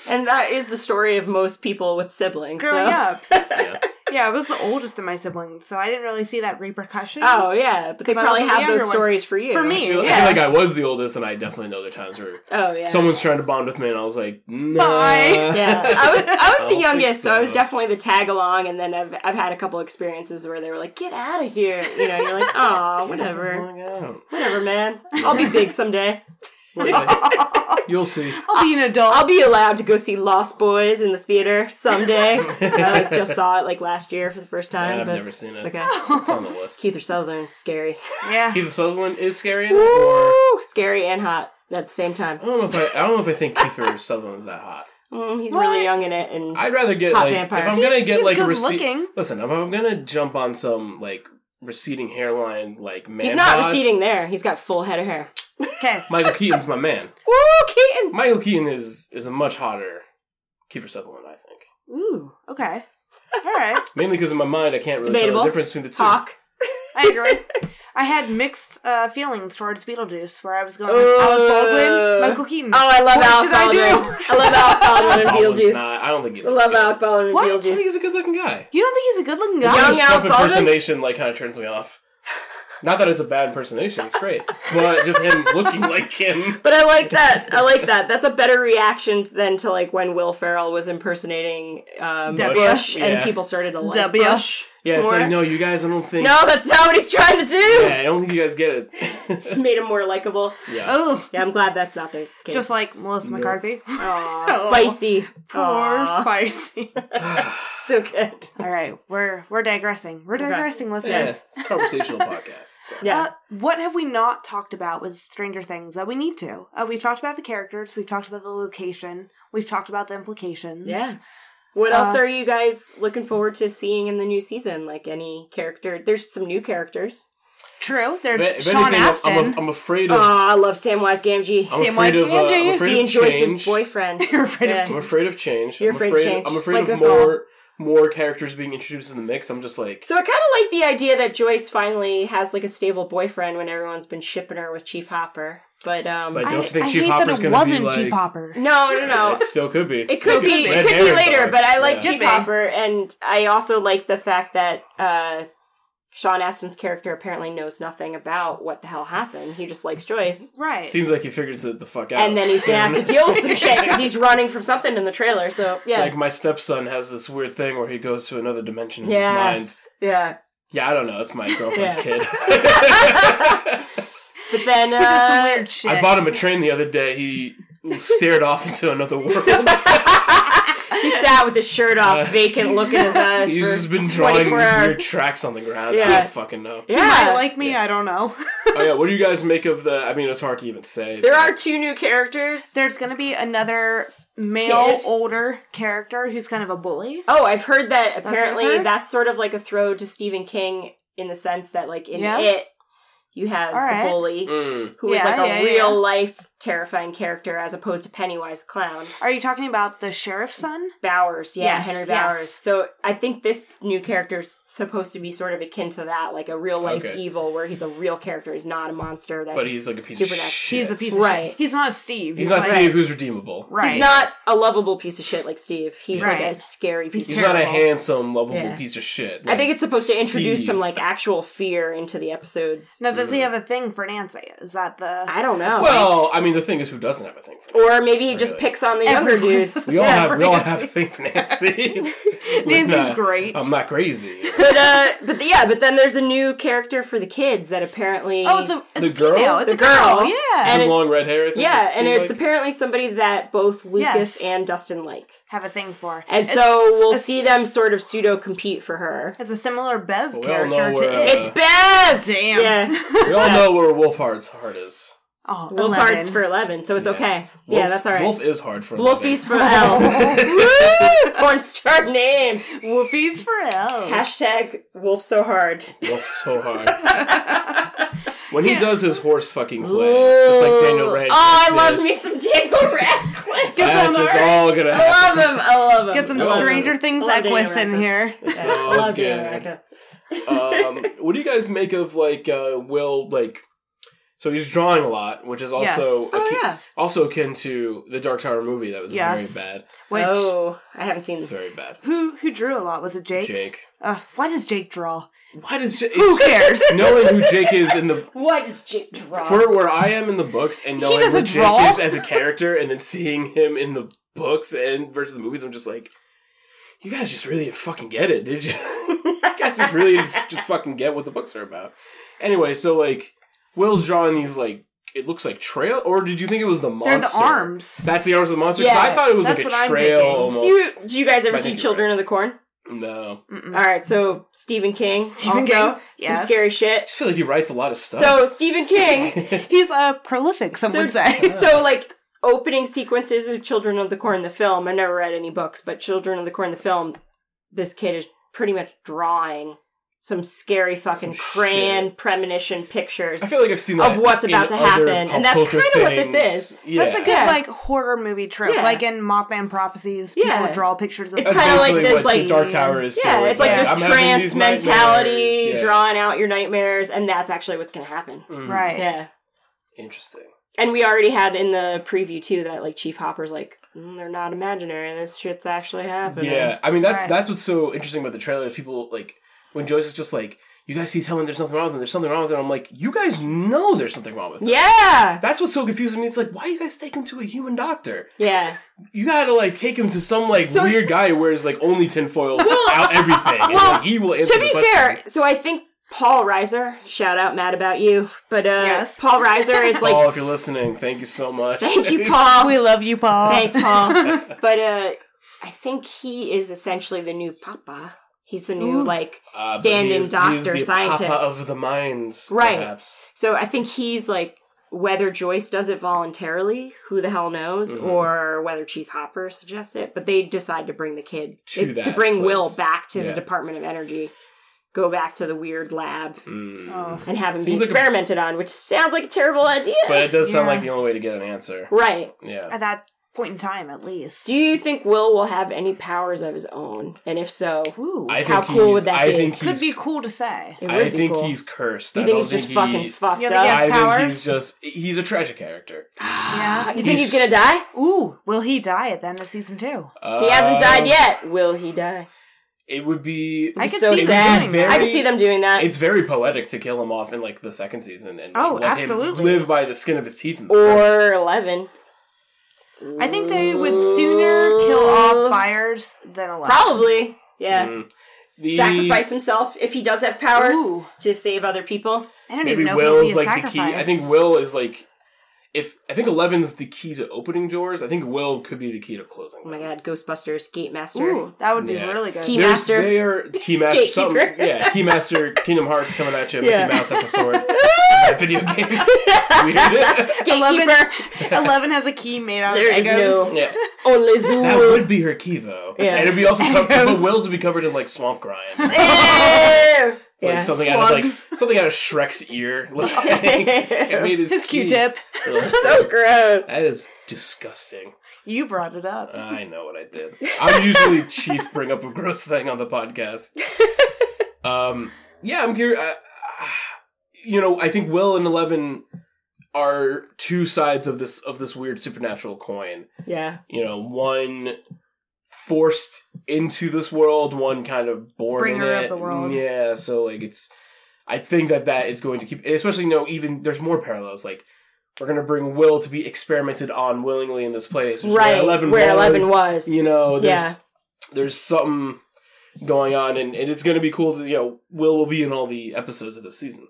and that is the story of most people with siblings. Growing so. up. Yeah. Yeah, I was the oldest of my siblings, so I didn't really see that repercussion. Oh yeah, but they But I probably wasn't the have those younger one. stories for you. For I me, feel, yeah. I feel like I was the oldest, and I definitely know there are times where Oh yeah. someone's trying to bond with me, and I was like, nah. Bye. yeah, I was I was don't the think youngest, so. I was so. definitely the tag along, and then I've I've had a couple experiences where they were like, "Get out of here," you know. You're like, "Oh, whatever, Going out. whatever, man. I'll be big someday. One day. You'll see. I'll be an adult. I'll be allowed to go see Lost Boys in the theater someday." I like just saw it like last year for the first time, I've but never seen it. it's okay. It's on the list. Keith or Sutherland, scary. yeah. Keith Sutherland is scary, in it, or Woo! Scary and hot at the same time. I don't know if I, I don't know if I think Kiefer Sutherland's that hot. Mm, he's Mm-hmm. What? really young in it, and I'd rather get Hot like vampire. if I'm gonna get he's like a good receipt. looking. Listen, if I'm gonna jump on some like receding hairline, like man, he's not bod, receding there. He's got full head of hair. Okay. Michael Keaton's my man. Woo, Keaton! Michael Keaton is is a much hotter Kiefer Sutherland, I think. Ooh. Okay. All right. Mainly because in my mind I can't really Debatable. tell the difference between the two. Talk. I agree. I had mixed uh, feelings towards Beetlejuice, where I was going with Alec Baldwin, Uh, Ugh. Michael Keaton. Oh, I love What Alec should I do? Baldwin. I love Alec Baldwin and Baldwin's Beetlejuice. not- I don't think he I love looks good. Alec Baldwin and What? I think Beetlejuice. he's a good-looking guy. you don't think he's a good-looking guy? Young His Trump Alec Baldwin? impersonation like kind of turns me off. Not that it's a bad impersonation; it's great, but just him looking like him. But I like that. I like that. That's a better reaction than to like when Will Ferrell was impersonating um, Bush. Bush, and Yeah. people started to like W. Bush. Yeah, it's Or- like no, you guys. I don't think. No, that's not what he's trying to do. Yeah, I don't think you guys get it. Made him more likable. yeah. Oh, Yeah, I'm glad that's not the case. just like Melissa McCarthy. Aw, Oh. spicy. Poor Aw, spicy. so good. All right, we're we're digressing. We're digressing, Yeah, listeners. it's a conversational podcast. Yeah. Uh, what have we not talked about with Stranger Things that we need to? Uh, we've talked about the characters. We've talked about the location. We've talked about the implications. Yeah. What else Uh, are you guys looking forward to seeing in the new season? Like any character? There's some new characters. True. There's If, if Sean anything, I'm- Astin. I'm, I'm afraid of. Oh, I love Samwise Gamgee. I'm Samwise afraid of. Uh, Gamgee. I'm afraid he of enjoys change. his boyfriend. You're afraid of Yeah. I'm afraid of change. You're I'm afraid of change, I'm afraid like of us more more characters being introduced in the mix. I'm just like, So I kind of like the idea that Joyce finally has like a stable boyfriend when everyone's been shipping her with Chief Hopper. But um, But- I, I don't think I Chief hate Hopper's that it gonna be wasn't Chief like- Hopper. no, no, no. it still could be. It could be. It Red could be herring, later. dog. But I like Yeah. Chief be. Hopper, and I also like the fact that uh, Sean Astin's character apparently knows nothing about what the hell happened. He just Mm-hmm. likes Joyce. Right. Seems like he figures it the fuck out. And then he's gonna have to And- deal with some shit because he's running from something in the trailer. So yeah, Like my stepson has this weird thing where he goes to another dimension in his mind. yes, yeah. Yeah, I don't know. That's my girlfriend's Yeah. kid. But then He does some uh, weird shit. I bought him a train the other day. He stared off into another world. he sat with his shirt off, vacant look in his eyes. He's for just been drawing 24 these hours. weird tracks on the ground. I Yeah. don't fucking know. He might yeah, like me. I don't know. Oh yeah, what do you guys make of the? I mean, it's hard to even say. There are two new characters. There's gonna be another male Kid. older character who's kind of a bully. oh, I've heard that apparently I've that's, heard. sort of like a throw to Stephen King in the sense that like in Yeah. it you had All right. the bully Mm. who was Yeah, like a yeah, yeah. real life terrifying character as opposed to Pennywise clown. Are you talking about the sheriff's son? Bowers, yeah, Yes, Henry yes. Bowers. So I think this new character is supposed to be sort of akin to that, like a real life Okay. evil where he's a real character, he's not a monster that's but he's like a piece of supernatural. shit. He's a piece of Right. shit. He's not Steve. He's not like- Steve, who's redeemable. Right. He's not a lovable piece of shit like Steve. He's like Right. a scary piece He's of shit. not a Terrible. handsome, lovable Yeah. piece of shit. I think it's supposed to introduce Steve. some like actual fear into the episodes. Now, does he Mm-hmm. have a thing for Nancy? Is that the? I don't know. Well, I mean, the thing is, who doesn't have a thing for? or maybe he just Really? picks on the younger Everyone. dudes. We all Yeah, have. We all Nancy. have a thing for Nancy. It's- Nancy's we're not- great. I'm not crazy. But uh, but the, yeah, but then there's a new character for the kids that apparently oh, it's a it's The a female. girl? It's The a girl. girl. Yeah. And With it- long red hair. I think yeah, it and seemed it's like. apparently somebody that both Lucas Yes. and Dustin like, have a thing for. and It's- so we'll see them sort of pseudo compete for her. it's a similar Bev Well, we all know character to where, uh, it. It's Bev. Damn. Yeah, we all know where Wolfhard's heart is. Oh, Wolf 11. Hard's for eleven, so it's okay. yeah, Wolf- that's all right. Wolf is hard for. a living. Wolfies for L. Woo! Porn star name. Whoopies for L. Hashtag Wolf so hard. Wolf so hard. when he does his horse fucking play, just like Daniel Radcliffe. Oh, I did, love me some Daniel Radcliffe. Get That's some, it's all gonna I happen. love him. I love him. get some I love him. Stranger Things Love Daniel Equus in Radcliffe. here. It's I all love Daniel good. Radcliffe. Um, what do you guys make of like uh, Will like? So he's drawing a lot, which is Yes. also Oh, akin, yeah. also akin to the Dark Tower movie that was Yes. very bad. Which oh, I haven't seen It's this. very bad. who who drew a lot? Was it Jake? Jake, Ugh, why does Jake draw? why does Jake, Who cares? knowing who Jake is in the Why does Jake draw? for where I am in the books and knowing doesn't where Jake draw. is as a character and then seeing him in the books and versus the movies, I'm just like, you guys just really didn't fucking get it, did you? you guys just really didn't just fucking get what the books are about. Anyway, so like Will's drawing these like it looks like trail, or did you think it was the monster? They're the arms. That's the arms of the monster. 'Cause Yeah, I thought it was that's like what a I'm trail thinking. almost. do you, do you guys ever I see think you're Children of the Corn? no, All right, so Stephen King Stephen also King, some yes. scary I shit. just feel like he writes a lot of stuff. So Stephen King, He's uh, prolific. Some so, would say. so like opening sequences of Children of the Corn the film. I never read any books, but Children of the Corn the film, this kid is pretty much drawing some scary fucking Some crayon premonition pictures. I feel like I've seen Of that what's about in to other happen, pop and that's culture kinda what this things. is. Yeah. That's a good Yeah. like horror movie trope, Yeah. like in Mothman prophecies. People Yeah. would draw pictures of. It's That's the- kinda like basically this, what the like- Dark Tower is. yeah, too. it's like yeah, this I'm having trance these nightmares. mentality, Yeah. drawing out your nightmares, and that's actually what's going to happen. Mm. right. Yeah. Interesting. And we already had in the preview, too, that, like, Chief Hopper's like, "Mm, they're not imaginary, this shit's actually happening. Yeah, I mean that's Right. that's what's so interesting about the trailer. is People like when Joyce is just like, "You guys keep telling there's nothing wrong with them. There's something wrong with them." I'm like, "You guys know there's something wrong with them." Yeah. That's what's so confusing me. It's like, why are you guys taking him to a human doctor? Yeah. You gotta like take him to some like So- weird guy who wears like only tinfoil out everything. And, well, like, he will answer to the be question. fair, so I think Paul Reiser, shout out Mad About You, but uh, Yes. Paul Reiser is like, Paul, if you're listening, thank you so much. thank you, Paul. We love you, Paul. Thanks, Paul. but uh, I think he is essentially the new Papa. He's the new Ooh. like Uh, but he is- stand-in he is doctor the scientist. Papa of the minds, Right. Perhaps. So I think he's like whether Joyce does it voluntarily, who the hell knows, Mm-hmm. or whether Chief Hopper suggests it. But they decide to bring the kid To to that bring Will place. back to Yeah. the Department of Energy, go back to the weird lab, Mm. Oh. and have him Seems be like a- experimented on, which sounds like a terrible idea. But it does sound Yeah. like the only way to get an answer. right. Yeah. At that point in time, at least. Do you think Will will have any powers of his own? And if so, Ooh, I think How cool he's- would that I be? Think could he's, be cool to say. it would I be think cool. he's cursed. You I think don't he's just think fucking he, fucked You up? think he has I think powers? he's just he's a tragic character. Yeah. You think He's- he's gonna die? Ooh, will he die at the end of season two? He Um, hasn't died yet. Will he die? It would be I could so see sad. them doing that. I can see them doing that. it's very poetic to kill him off in like the second season and like, Oh, let absolutely. him live by the skin of his teeth. In the or first. eleven. I think they would sooner kill off fires than allow. Probably. Yeah. Mm. The- Sacrifice himself if he does have powers E. Ooh. to save other people. I don't Maybe even know if it'd be Will's a like the sacrifice. key. I think Will is like if I think Eleven's the key to opening doors. I think Will could be the key to closing. Oh my god, Ghostbusters, Gate Master. Ooh, that would be Yeah. really good. Keep- Keymaster. They are keymaster. some, Gatekeeper. yeah, keymaster. Kingdom Hearts coming at you. Yeah. Mickey Mouse has a sword. That video game. It's weird. Eleven, Gatekeeper. Eleven has a key made out There of is Legos. no- yeah, Only that Zool. would be her key though. Yeah. and it'd be also covered. Echoes. But Will's would be covered in like swamp grime. Like yeah. something out of like slugs. something out of Shrek's ear. Like, I made this His key. Q-tip. so gross. That is disgusting. You brought it up. I know what I did. I'm usually chief bring up a gross thing on the podcast. Um, yeah, I'm curious. Uh, you know, I think Will and Eleven are two sides of this of this weird supernatural coin. Yeah. You know, one forced into this world, one kind of born Bringer in of it. the world. Yeah, so like it's. I think that that is going to keep, especially you know, even there's more parallels. Like we're going to bring Will to be experimented on willingly in this place, which is Right. Where Eleven where was. eleven was. You know, there's Yeah. there's something going on, and, and it's going to be cool. To, you know, Will will be in all the episodes of this season,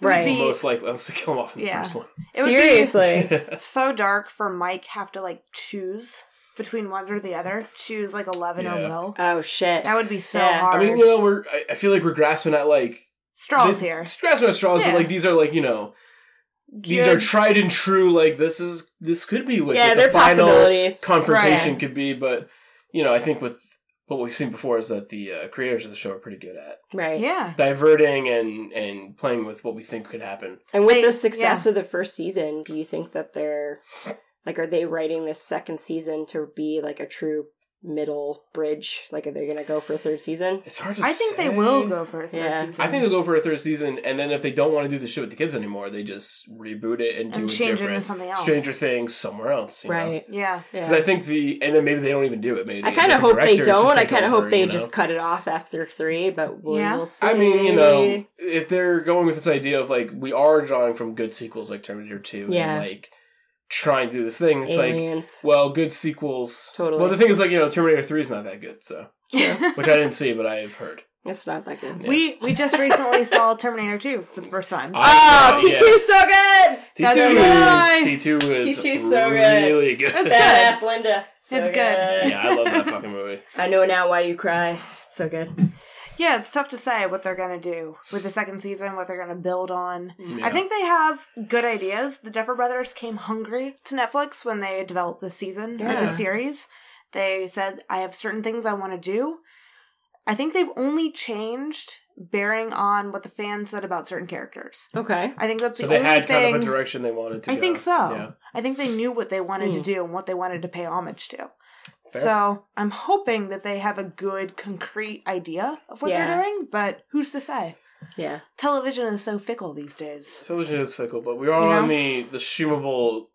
Right. Be- most likely. Let's kill him off in the Yeah. first one. It would be Seriously. so dark for Mike have to like choose between one or the other. Choose like Eleven Yeah. or Will. oh shit. That would be so Yeah. I I hard. mean, you know, we're I, I feel like we're grasping at like Straws this- here. grasping at straws, Yeah. but like these are like you know. These Good. are tried and true. Like this is this could be what, Yeah, what they're the final possibilities. confrontation Right. could be. But you know, I think with what we've seen before is that the uh, creators of the show are pretty good at right. Yeah. diverting and and playing with what we think could happen. And with They- the success of the first season, do you think that they're like are they writing this second season to be like a true middle bridge? Like are they gonna go for a third season? It's hard to. I think they say. will go for a third Yeah. season. I think they'll go for a third season, and then if they don't want to do the shit with the kids anymore, they just reboot it and do and a change it different into something else. Stranger Things somewhere else, Yeah. Yeah. Because I think the and then maybe they don't even do it. Maybe I a kind of different hope they director to don't. I take kind of over, hope they you know? just cut it off after three, but we'll, Yeah. we'll see. I mean, you know, if they're going with this idea of like we are drawing from good sequels like Terminator Two, Yeah. and like trying to do this thing, it's like aliens. well, good sequels. Totally. Well, the thing is, like you know, Terminator Three is not that good, so True. which I didn't see, but I have heard. it's not that good. Yeah. We we just recently saw Terminator 2 for the first time. Uh, Oh, Yeah. T two so good. T That's two right. is T two is T2 's so good. really good. That's Badass Linda. So It's good. yeah, I love that fucking movie. I know now why you cry. It's so good. Yeah, it's tough to say what they're gonna do with the second season, what they're gonna build on. Yeah. I think they have good ideas. The Duffer Brothers came hungry to Netflix when they developed this season or Yeah. the series. They said, "I have certain things I want to do." I think they've only changed bearing on what the fans said about certain characters. Okay. I think that's So the they only had thing. kind of a direction they wanted to. I go. think so. Yeah. I think they knew what they wanted to Hmm. do and what they wanted to pay homage to. Fair. So I'm hoping that they have a good, concrete idea of what Yeah. they're doing, but who's to say? Yeah. Television is so fickle these days. Television is fickle, but we are You know? on the the streamable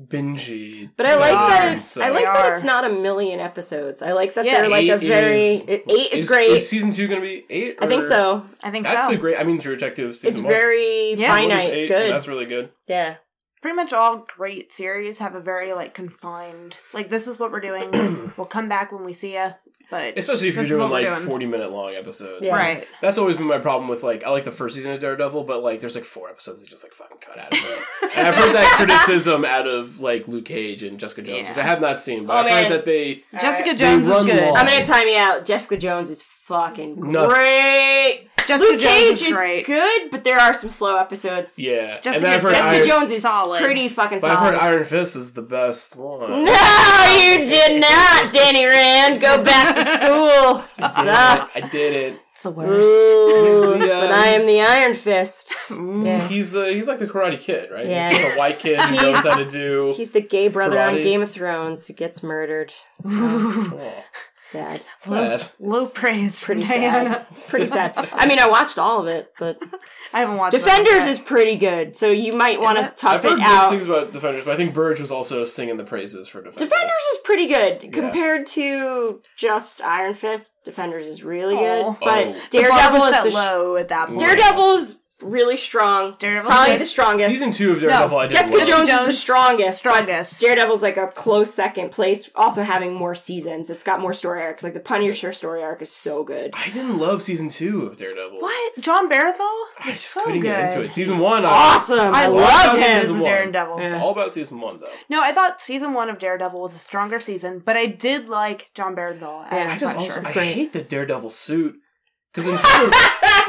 bingey. But I like are. that. It, so- I like They that are. it's not a million episodes. I like that Yeah. they're like a Eight very is- it- eight is, is great. Is season two going to be eight? I think or- so. I think That's so. the great. I mean, True Detective season It's one. very Yeah. One is finite. eight, It's and good. That's really good. yeah. Pretty much all great series have a very like confined, like this is what we're doing. we'll come back when we see ya. But Especially if This is you're doing what we're like doing. 40 minute long episodes. Yeah. right, That's always been my problem with like I like the first season of Daredevil, but like there's like four episodes that just like fucking cut out of it. and I've heard that criticism out of like Luke Cage and Jessica Jones, which Yeah. I have not seen, but Oh, I've man. heard that they Jessica They Jones is run good. long. I'm gonna time you out. Jessica Jones is fucking No. great. Jessica Luke Jones Cage is is great. good, but there are some slow episodes. yeah. and Jessica- then I've heard Jessica Iron, Jones is Solid. pretty fucking but I've heard solid. Iron Fist is the best one. no, you did not, Danny Rand. Go back to school. You I suck. didn't. I didn't. It's the worst. Ooh, He's the, uh, but I am the Iron Fist. Yeah. He's uh, he's like the Karate Kid, right? Yeah, he's just a white kid who knows how to do. He's the gay brother on Karate. Game of Thrones who gets murdered. So Oh, sad. Low, sad. low praise for Pretty Diana. sad. It's pretty sad. I mean, I watched all of it, but I haven't watched Defenders is pretty good, so you might want to it? I've tough heard it mixed out. things about Defenders, but I think Burge was also singing the praises for Defenders. Defenders is pretty good compared to just Iron Fist. Defenders is really Oh. good, but Oh. Daredevil is the is sh- low at Mm. that point. Daredevil's really strong. Daredevil's probably good. the strongest. Season two of Daredevil. No, I didn't Jessica love. Jones, is the Jones, strongest. but strongest. Daredevil's like a close second place. Also having more seasons, it's got more story arcs. Like the Punisher story arc is so good. I didn't love season two of Daredevil. What? John Barathol? I just so couldn't get into good. it. Season one, I was Awesome! I, I love love Season him as one. a Daredevil. Yeah. all about season one though. No, I thought season one of Daredevil was a stronger season, but I did like John Barathol. Yeah, as I just Punisher. also, I great. hate the Daredevil suit because in, season-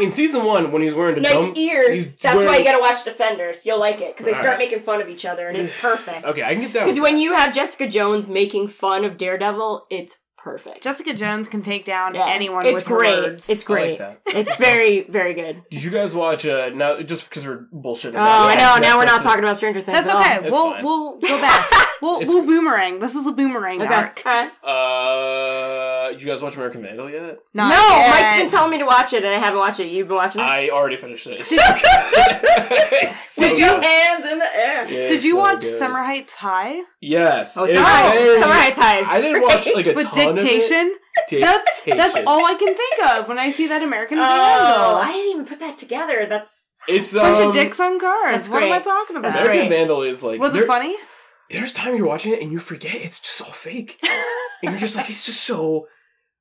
in season one when he's wearing a Nice dome, ears. he's That's why wearing- you gotta watch Defenders. You'll like it because they All start right. making fun of each other, and it's perfect. Okay, I can get down. Because with when that. you have Jessica Jones making fun of Daredevil, it's perfect. Jessica Jones can take down Yeah. anyone It's with her great. words. It's great. that. It's very, very good. did you guys watch uh now just because we're bullshitting? Oh, I know. Now we're not talking. talking about Stranger Things. That's at all. okay. It's we'll fine. we'll go back. We'll, It's- we'll boomerang. This is a boomerang arc. Okay. Uh, Uh, you guys watch American Vandal yet? Not no, yet. Mike's been telling me to watch it, and I haven't watched it. You've been watching it. I already finished it. It's so good. It's so Did you- good. hands in the air. Yeah, Did it's you so watch good. Summer Heights High Yes. Oh, It's Summer Heights. very- Summer Heights High is I didn't watch like a with ton of dictation? it. That's that's Dictation. all I can think of when I see that American Oh, Vandal. I didn't even put that together. That's It's um, Bunch of dicks on cards. that's what am I great. talking about? That's American great. Vandal is like Was there- it funny? There's time you're watching it and you forget it's just all fake, and you're just like it's just so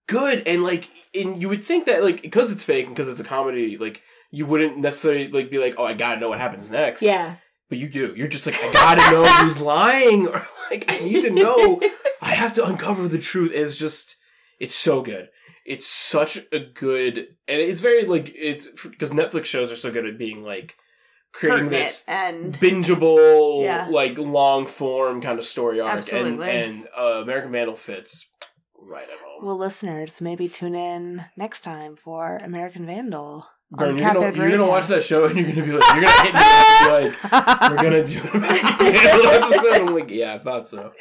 good and like and you would think that like because it's fake and because it's a comedy like you wouldn't necessarily like be like oh I gotta know what happens next yeah. but you do you're just like I gotta know who's lying or like I need to know I have to uncover the truth is just it's so good. It's such a good and it's very like it's because Netflix shows are so good at being like creating Pertinent this and bingeable Yeah. like long form kind of story arc Absolutely. and and uh, American Vandal fits right at home. Well, listeners, maybe tune in next time for American Vandal. Burn, on you're gonna, Cathode you're gonna watch Raycast. that show and you're gonna be like you're gonna hit me up and be like we're gonna do an American Vandal episode. I'm like yeah I thought so.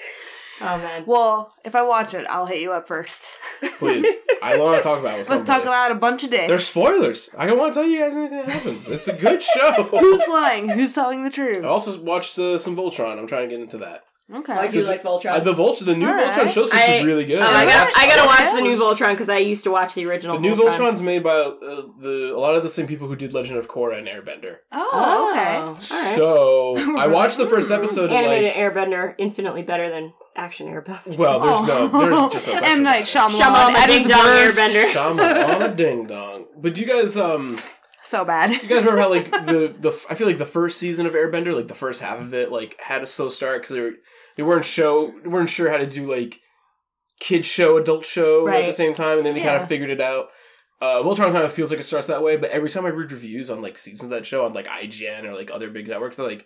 Oh man. Well, if I watch it, I'll hit you up first. Please I want to talk about it Let's with somebody. talk about a bunch of dicks. There's spoilers. I don't want to tell you guys anything that happens. It's a good show. Who's lying? Who's telling the truth? I also watched uh, some Voltron. I'm trying to get into that. Okay. I do like Voltron. Uh, the Voltron, the new Alright. Voltron show switch I- is really good. Oh my Yeah. gosh. I gotta watch the new Yeah. Voltron because I used to watch the original. the new Voltron. Voltron's made by uh, the a lot of the same people who did Legend of Korra and Airbender. Oh, okay. Oh, all right. So I watched the first episode and Animated like, Airbender infinitely better than action Airbender. Oh. well, there's no, there's just no. question Oh. M Night about it. Shyamalan. Shyamalan, at his Ding Dong worst. Airbender. Shyamalan ding dong. But do you guys um So bad. You guys remember how like the the I feel like the first season of Airbender, like the first half of it, like had a slow start because they were they weren't show they weren't sure how to do like kid show adult show at the Right. same time, and then they kind Yeah. of figured it out. Uh, Voltron kind of feels like it starts that way, but every time I read reviews on like seasons of that show on like IGN or like other big networks, they're like,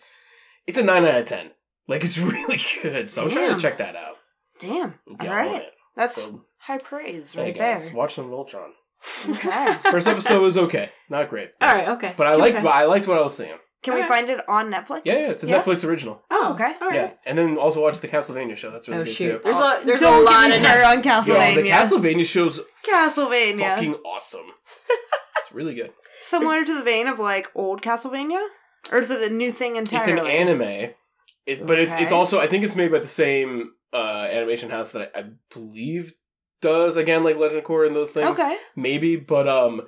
it's a nine out of ten. Like it's really good, so I'm trying Damn. to check that out. Damn. Yeah, All I want right. it. That's So high praise hey right guys, there. watch some Voltron. Okay. First episode was okay, not great, All right, okay. but I liked Okay. I liked what I was seeing. Can we Okay. find it on Netflix? Yeah, yeah, it's a Yeah? Netflix original. Oh, okay. All right. Yeah, and then also watch the Castlevania show. That's really Oh good shoot! too. There's a there's Don't a get lot me of started on Yo, the Castlevania. Castlevania show's Castlevania. fucking awesome. it's really good. Similar to the vein of like old Castlevania? Or is it a new thing entirely? It's an anime, it, but it's it's Okay. also I think it's made by the same uh, animation house that I, I believe does again like Legend of Korra and those things. Okay. maybe but um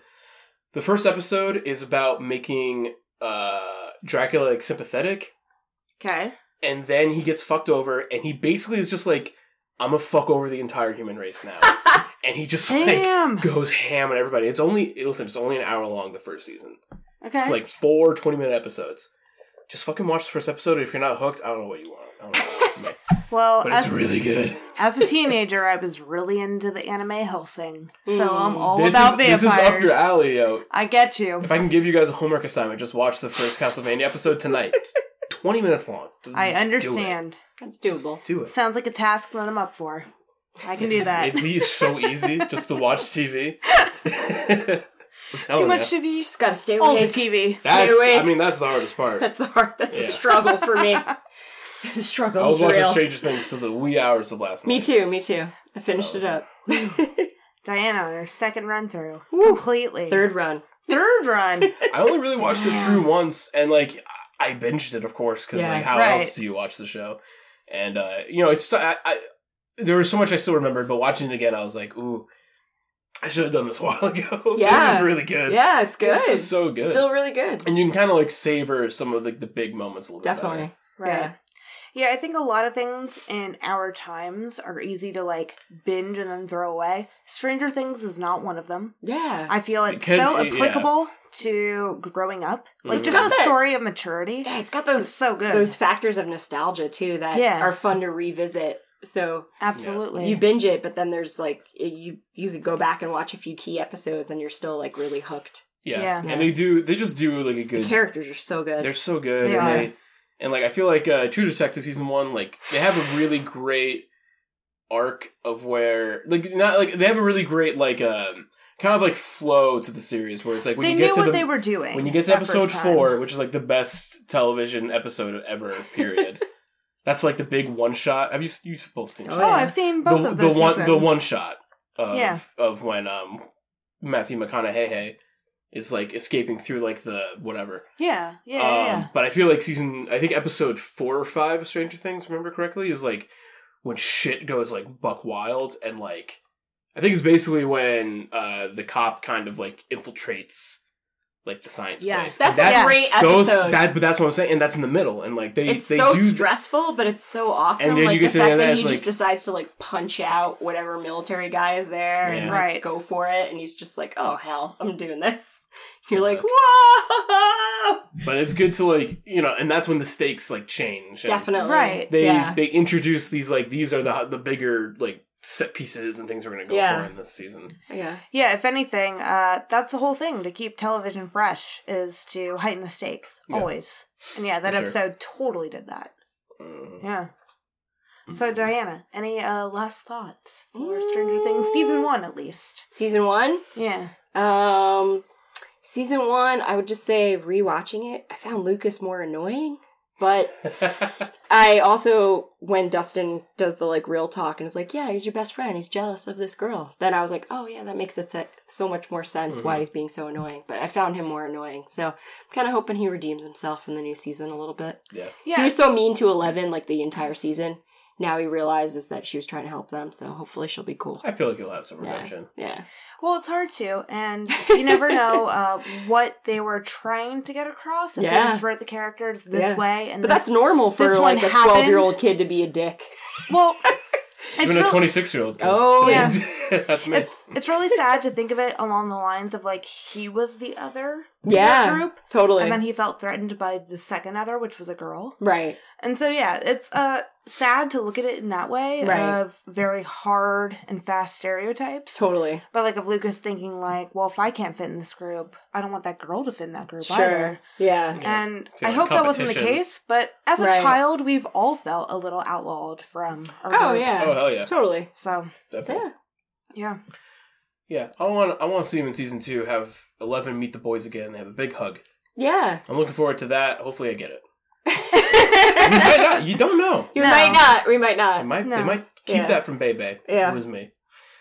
the first episode is about making uh dracula like sympathetic Okay. and then he gets fucked over and he basically is just like i'm gonna fuck over the entire human race now and he just like Damn. goes ham on everybody it's only listen it's only an hour long the first season Okay. it's like four 20 minute episodes just fucking watch the first episode if you're not hooked i don't know what you want I don't know what you want from me. well, but as, it's really good as a teenager, I was really into the anime Hellsing. So I'm all this about vampires. is, this is up your alley yo I get you. If I can give you guys a homework assignment, just watch the first Castlevania episode tonight. It's 20 minutes long. Just I do it. understand. That's doable. Do it. Sounds like a task that I'm up for. I can do that. It's e- so easy just to watch TV. I'm telling Too much Oh. you. TV. Just gotta stay All the awake. TV. stay Oh, That's, awake. I mean, that's the hardest part. That's the hard. That's the Yeah. struggle for me. the struggle I was is watching real. Stranger Things till the wee hours of last night. me too. Me too. I finished it up. Diana on her second run through. Completely. Third run. Third run. I only really watched it through once, and like I I binged it, of course, because Yeah. like how Right. else do you watch the show? And uh, you know, it's I, I, there was so much I still remembered, but watching it again, I was like, ooh, I should have done this a while ago. this Yeah. is really good. Yeah, it's good. This is so good. Still really good. and you can kind of like savor some of like the big moments a little Definitely. better. Right. Yeah. I think a lot of things in our times are easy to like binge and then throw away. Stranger Things is not one of them. Yeah. I feel it's It could- so yeah. applicable to growing up. Like Mhm. just the Got it. story of maturity. yeah, it's got It's those so good. those factors of nostalgia too that Yeah. are fun to revisit. So Absolutely. you binge it, but then there's like you you could go back and watch a few key episodes, and you're still like really hooked. Yeah. Yeah. and they do they just do like a The good. characters are so good. they're so good. They and, are. They, and like I feel like uh, True Detective season one, like they have a really great arc of where like not like they have a really great like um kind of like flow to the series where it's like when they you get knew to what the, they were doing. when you get to that first episode time. four, which is like the best television episode ever. Period. That's like the big one shot. Have you you both seen? Oh, it? Oh, I've seen both the, of the those. one the seasons. one shot of Yeah. of when um Matthew McConaughey is like escaping through like the whatever. Yeah, yeah, um, yeah, yeah. But I feel like season I think episode four or five of Stranger Things, remember correctly, is like when shit goes like buck wild and like I think it's basically when uh the cop kind of like infiltrates like the science Yeah. place. that's And Yeah. a great those- episode. that- but that's what I'm saying, and that's in the middle, and like they it's they so do stressful, but it's so awesome. And then like you get the to the fact end of that, that he it's just like- decides to like punch out whatever military guy is there and Yeah. like, Right. go for it, and he's just like, "Oh hell, I'm doing this." You're like, Fuck. "Whoa!" but it's good to like you know, and that's when the stakes like change. and- Definitely, Right. they yeah. they introduce these like these are the the bigger like set pieces and things we're gonna go Yeah. for in this season. yeah. Yeah, if anything, uh, that's the whole thing to keep television fresh is to heighten the stakes Yeah. always. And yeah, that For sure. Mm. episode totally did that. Yeah. So Diana, any uh, last thoughts for Stranger Things Mm. season one at least? Season one. Yeah. Um, season one, I would just say rewatching it, I found Lucas more annoying. But I also, when Dustin does the like real talk and is like, "Yeah, he's your best friend. He's jealous of this girl," then I was like, "Oh yeah, that makes it se- so much more sense why Mm-hmm. he's being so annoying." But I found him more annoying, so I'm kind of hoping he redeems himself in the new season a little bit. yeah. He Yeah. was so mean to Eleven like the entire season. Now he realizes that she was trying to help them, so hopefully she'll be cool. I feel like you'll have some Yeah. redemption. Yeah, Well, it's hard to, and you never know uh, what they were trying to get across. If Yeah. they just wrote the characters this Yeah. way, and but this- that's normal for this one like a happened. twelve-year-old kid to be a dick. well. it's Even real- a twenty six year old. Oh, yeah. that's me. it's it's really sad to think of it along the lines of like he was the other yeah, group, totally. and then he felt threatened by the second other, which was a girl. right. And so yeah, it's uh sad to look at it in that way Right. of very hard and fast stereotypes. Totally. But like of Lucas thinking like, well, if I can't fit in this group, I don't want that girl to fit in that group Sure. either. Yeah. Yeah. And I Feeling hope that wasn't the competition. case, but as a Right. child, we've all felt a little outlawed from. Our Oh, groups. yeah. oh hell yeah. Totally. So Definitely. Yeah. yeah, Yeah. Yeah, I want I want to see him in season two. Have Eleven meet the boys again. They have a big hug. Yeah. I'm looking forward to that. Hopefully, I get it. You might not. You don't know. You No. might not. We might They not. might. They No. might keep Yeah. that from Bay Bay. Yeah. it was me.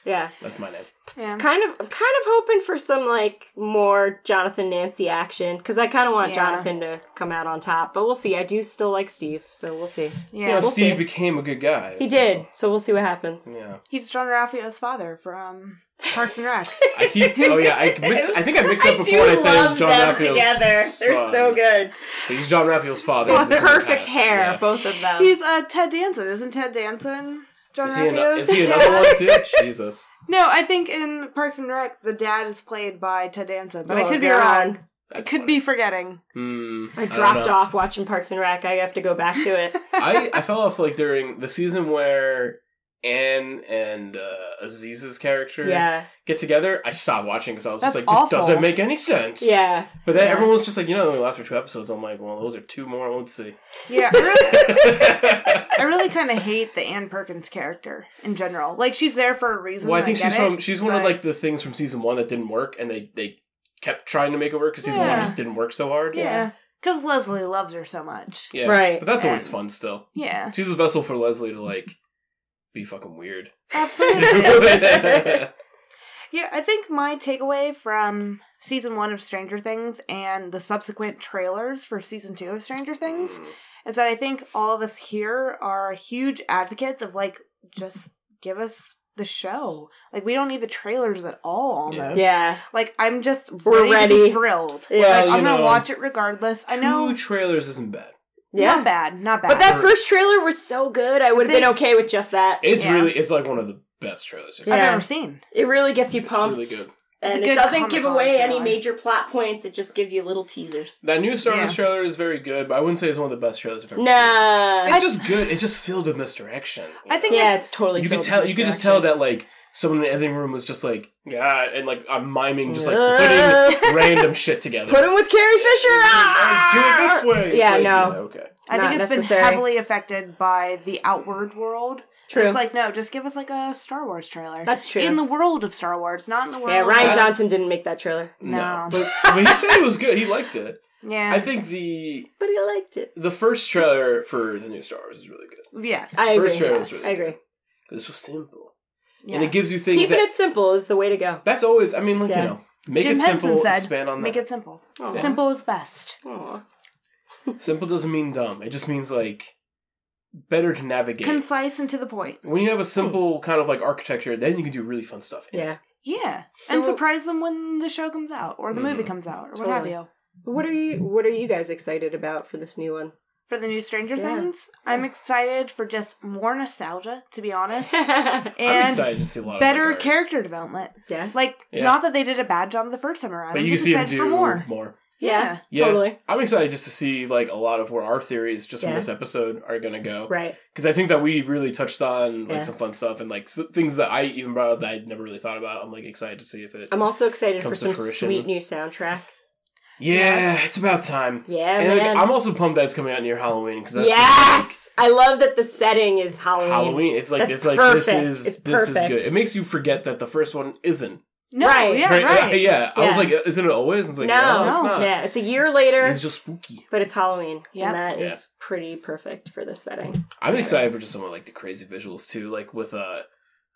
Yeah. That's my name. Yeah. Kind of, kind of hoping for some like more Jonathan Nancy action because I kind of want Yeah. Jonathan to come out on top, but we'll see. I do still like Steve, so we'll see. Yeah. you know, we'll Steve see. became a good guy. He so, did, so we'll see what happens. Yeah. He's John Ralphio's father from Parks and Rec. I keep. Oh yeah. I mix, I think I mixed up before. and I said it was John Raphael's son. good. He's John Raphael's father. With It's in the perfect past, hair, yeah. both of them. He's uh, Ted Danson. Isn't Ted Danson John Is he, an, Ralphio's? is he another one too? Jesus. no, I think in Parks and Rec, the dad is played by Ted Danson, but I Oh, could be God. wrong. I could be forgetting. Hmm, I don't dropped know. off watching Parks and Rec. I have to go back to it. I, I fell off like during the season where Anne and uh, Aziz's character yeah, get together. I stopped watching because I was just That's like, awful. this doesn't make any sense. yeah. But then Yeah. everyone was just like, you know, they only last for two episodes. I'm like, well, those are two more. Let's see. Yeah, I really, well, I really kind of hate the Ann Perkins character in general. Like she's there for a reason. I think get she's it, from she's one of but- like the things from season one that didn't work, and they they kept trying to make it work because season one Yeah. just didn't work so hard. yeah, because Leslie loves her so much. Yeah. Right. But that's always And- fun still. Yeah, She's the vessel for Leslie to like be fucking weird. absolutely. Yeah, I think my takeaway from season one of Stranger Things and the subsequent trailers for season two of Stranger Things is that I think all of us here are huge advocates of like just give us the show. Like we don't need the trailers at all. Almost. Yeah, Like I'm just ready, We're to ready. be thrilled. Yeah. Like, Well, I'm you gonna know, watch it regardless. I know. Two trailers isn't bad. Not yeah. bad. Not bad. But that first trailer was so good. I would have They- been okay with just that. It's Yeah. really it's like one of the best trailers. It's I've Yeah. never seen. It really gets you pumped. really good. It's and a it good doesn't Comic-Con give away any trailer. major plot points. It just gives you little teasers. That new Star Wars Yeah. trailer is very good, but I wouldn't say it's one of the best trailers I've ever seen. Nah, It's just good. It's just filled with misdirection. I think yeah, it's totally. you filled could tell. with You could just tell distraction. that like someone in the editing room was just like, yeah, and like I'm miming, just Uh, like putting random shit together. Put him with Carrie Fisher. Let's Ah! do it this way. It's Yeah, like, no. okay. I Not think it's necessary. been heavily affected by the outward world. True. It's like no, just give us like a Star Wars trailer. That's true. In the world of Star Wars, not in the world. yeah, Ryan That's- Johnson didn't make that trailer, No. But, but he said it was good. He liked it. Yeah. I think the but he liked it. the first trailer for the new Star Wars is really good. yes. First I agree. trailer yes, was I really agree. It's so simple, yes. and it gives you things. Keeping that, it simple is the way to go. That's always. I mean, like Yeah. you know, make Jim it Henson simple. said, expand on that. Make it simple. Aw. Simple is best. Aw. Simple doesn't mean dumb. It just means like better to navigate. Concise and to the point. when you have a simple kind of like architecture, then you can do really fun stuff. Yeah. Hmm. Yeah. So- and surprise them when the show comes out or Mm-hmm. the movie comes out or what have Totally. you. What are you What are you guys excited about for this new one? For the new Stranger Yeah. Things, I'm excited for just more nostalgia, to be honest, I'm and excited to see a lot of better like, art. character development. yeah. Like, Oh Yeah. not that they did a bad job the first time around. But I'm you can just see him excited do for more. more. Yeah. Yeah, Totally. I'm excited just to see like a lot of where our theories just from Yeah. this episode are gonna go. Right. because I think that we really touched on like Yeah. some fun stuff and like s things that I even brought up that I'd never really thought about. I'm like excited to see if it. I'm also excited for Comes to some fruition. sweet new soundtrack. yeah, it's about time. Yeah, and like, man. I'm also pumped that it's coming out near Halloween because Yes, I love that the setting is Halloween. Halloween. It's like That's it's like perfect. this is It's this is perfect. good. It makes you forget that the first one isn't. No, Right. yeah, Right? right. yeah. I was Yeah. like, isn't it always? It's No, like, no, it's No. not. yeah, it's a year later, It's just spooky. but it's Halloween, Yep. and that is Yeah. pretty perfect for this setting. I'm excited for just some of like the crazy visuals too, like with uh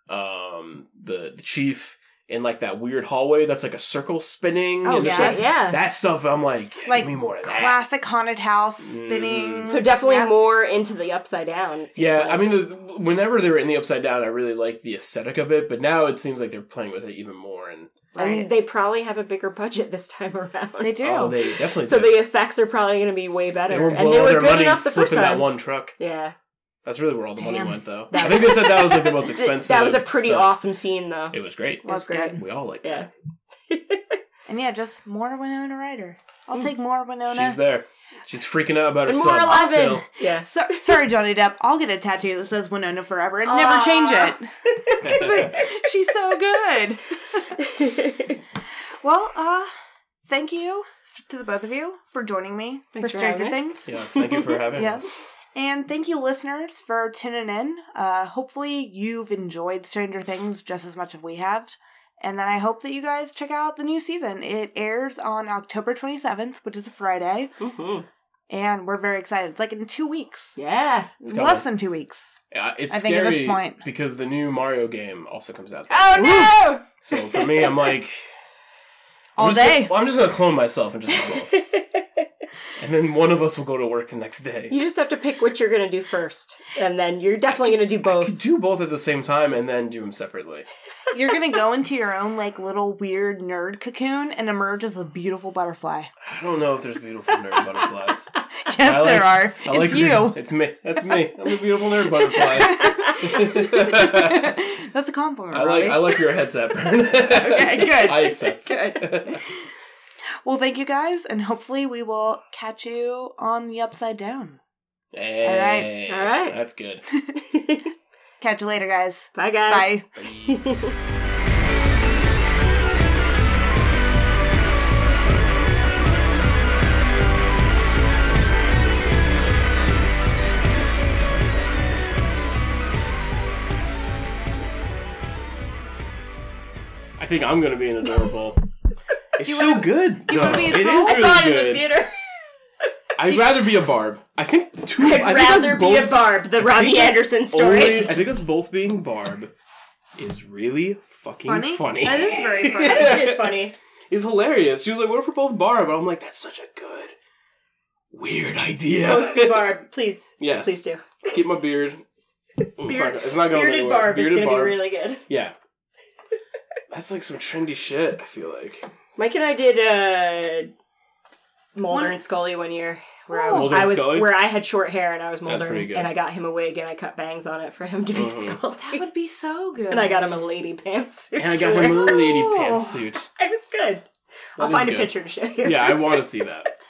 um the the chief in like that weird hallway that's like a circle spinning. Oh and it's, like, yes. shit, yeah. That stuff, I'm like, Like, give me more of that. classic haunted house spinning. so definitely Yeah. more into the upside down. It seems yeah, like. I mean, the, whenever they were in the Upside Down, I really liked the aesthetic of it, but now it seems like they're playing with it even more. And And Right. they probably have a bigger budget this time around. They do. oh, they definitely So did. the effects are probably going to be way better, they were blowing and they were their good money enough the flipping first time. that one truck. Yeah, That's really where all the money Damn. went, though. That I think they said that was like the most expensive. that was a pretty stuff. awesome scene, though. It was great. was great. good. We all like Yeah. that. And yeah, just more Winona Ryder. Mm. I'll take more Winona. She's there. She's freaking out about And herself. more eleven. Still. Yes. So- sorry, Johnny Depp. I'll get a tattoo that says Winona forever and never change it. 'Cause, like, she's so good. well, uh, thank you to the both of you for joining me Thanks for for having Stranger me. Things. Yes, thank you for having Yes. us. And thank you, listeners, for tuning in. Uh, hopefully, you've enjoyed Stranger Things just as much as we have. And then I hope that you guys check out the new season. It airs on October 27th, which is a Friday, Mm-hmm. and we're very excited. It's like in two weeks. Yeah. coming. Less than two weeks. Uh, it's I think at scary this point- because the new Mario game also comes out. Oh So for me, I'm like All I'm just day. gonna- well, I'm just gonna clone myself and just do both. no! and then one of us will go to work the next day. you just have to pick what you're gonna do first, and then you're definitely gonna do I both. could do both at the same time and then do them separately. You're going to go into your own, like, little weird nerd cocoon and emerge as a beautiful butterfly. I don't know if there's beautiful nerd butterflies. I Yes, like- there are. it's like you. nerd- It's me. That's me. I'm a beautiful nerd butterfly. That's a compliment, I like Robbie. I like your headset. Bern. Okay, good. I accept. Good. Well, thank you guys, and hopefully we will catch you on the upside down. Hey, All right. That's good. Catch you later, guys. Bye, guys. Bye. I think I'm gonna be an adorable. It's You so wanna- good. you wanna be a it is troll? I really saw it in good. the theater. I'd rather be a barb. I think two. I think I'd that's rather be a both- Barb, the I think Robbie that's Anderson story. only- I think us both being barb is really fucking funny. That is very funny. it is funny. is hilarious. She was like, "What if we're both barb?" And I'm like, "That's such a good, weird idea." Both be Barb, please. yes, Please do. keep my beard. It's not Beard- go- it's not going Bearded anywhere. Barb Bearded is gonna barb. be really good. Yeah. That's like some trendy shit, I feel like. Mike and I did uh, Mulder One- and Scully one year. Where I, Oh. Mulder I and was Scully? where I had short hair and I was Mulder, pretty good. and I got him a wig and I cut bangs on it for him to be Mhm. That Scully, would be so good. and I got him a lady pants. And I got him a lady pantsuit. It was good. I'll is find a good. picture to show you. Yeah, I want to see that.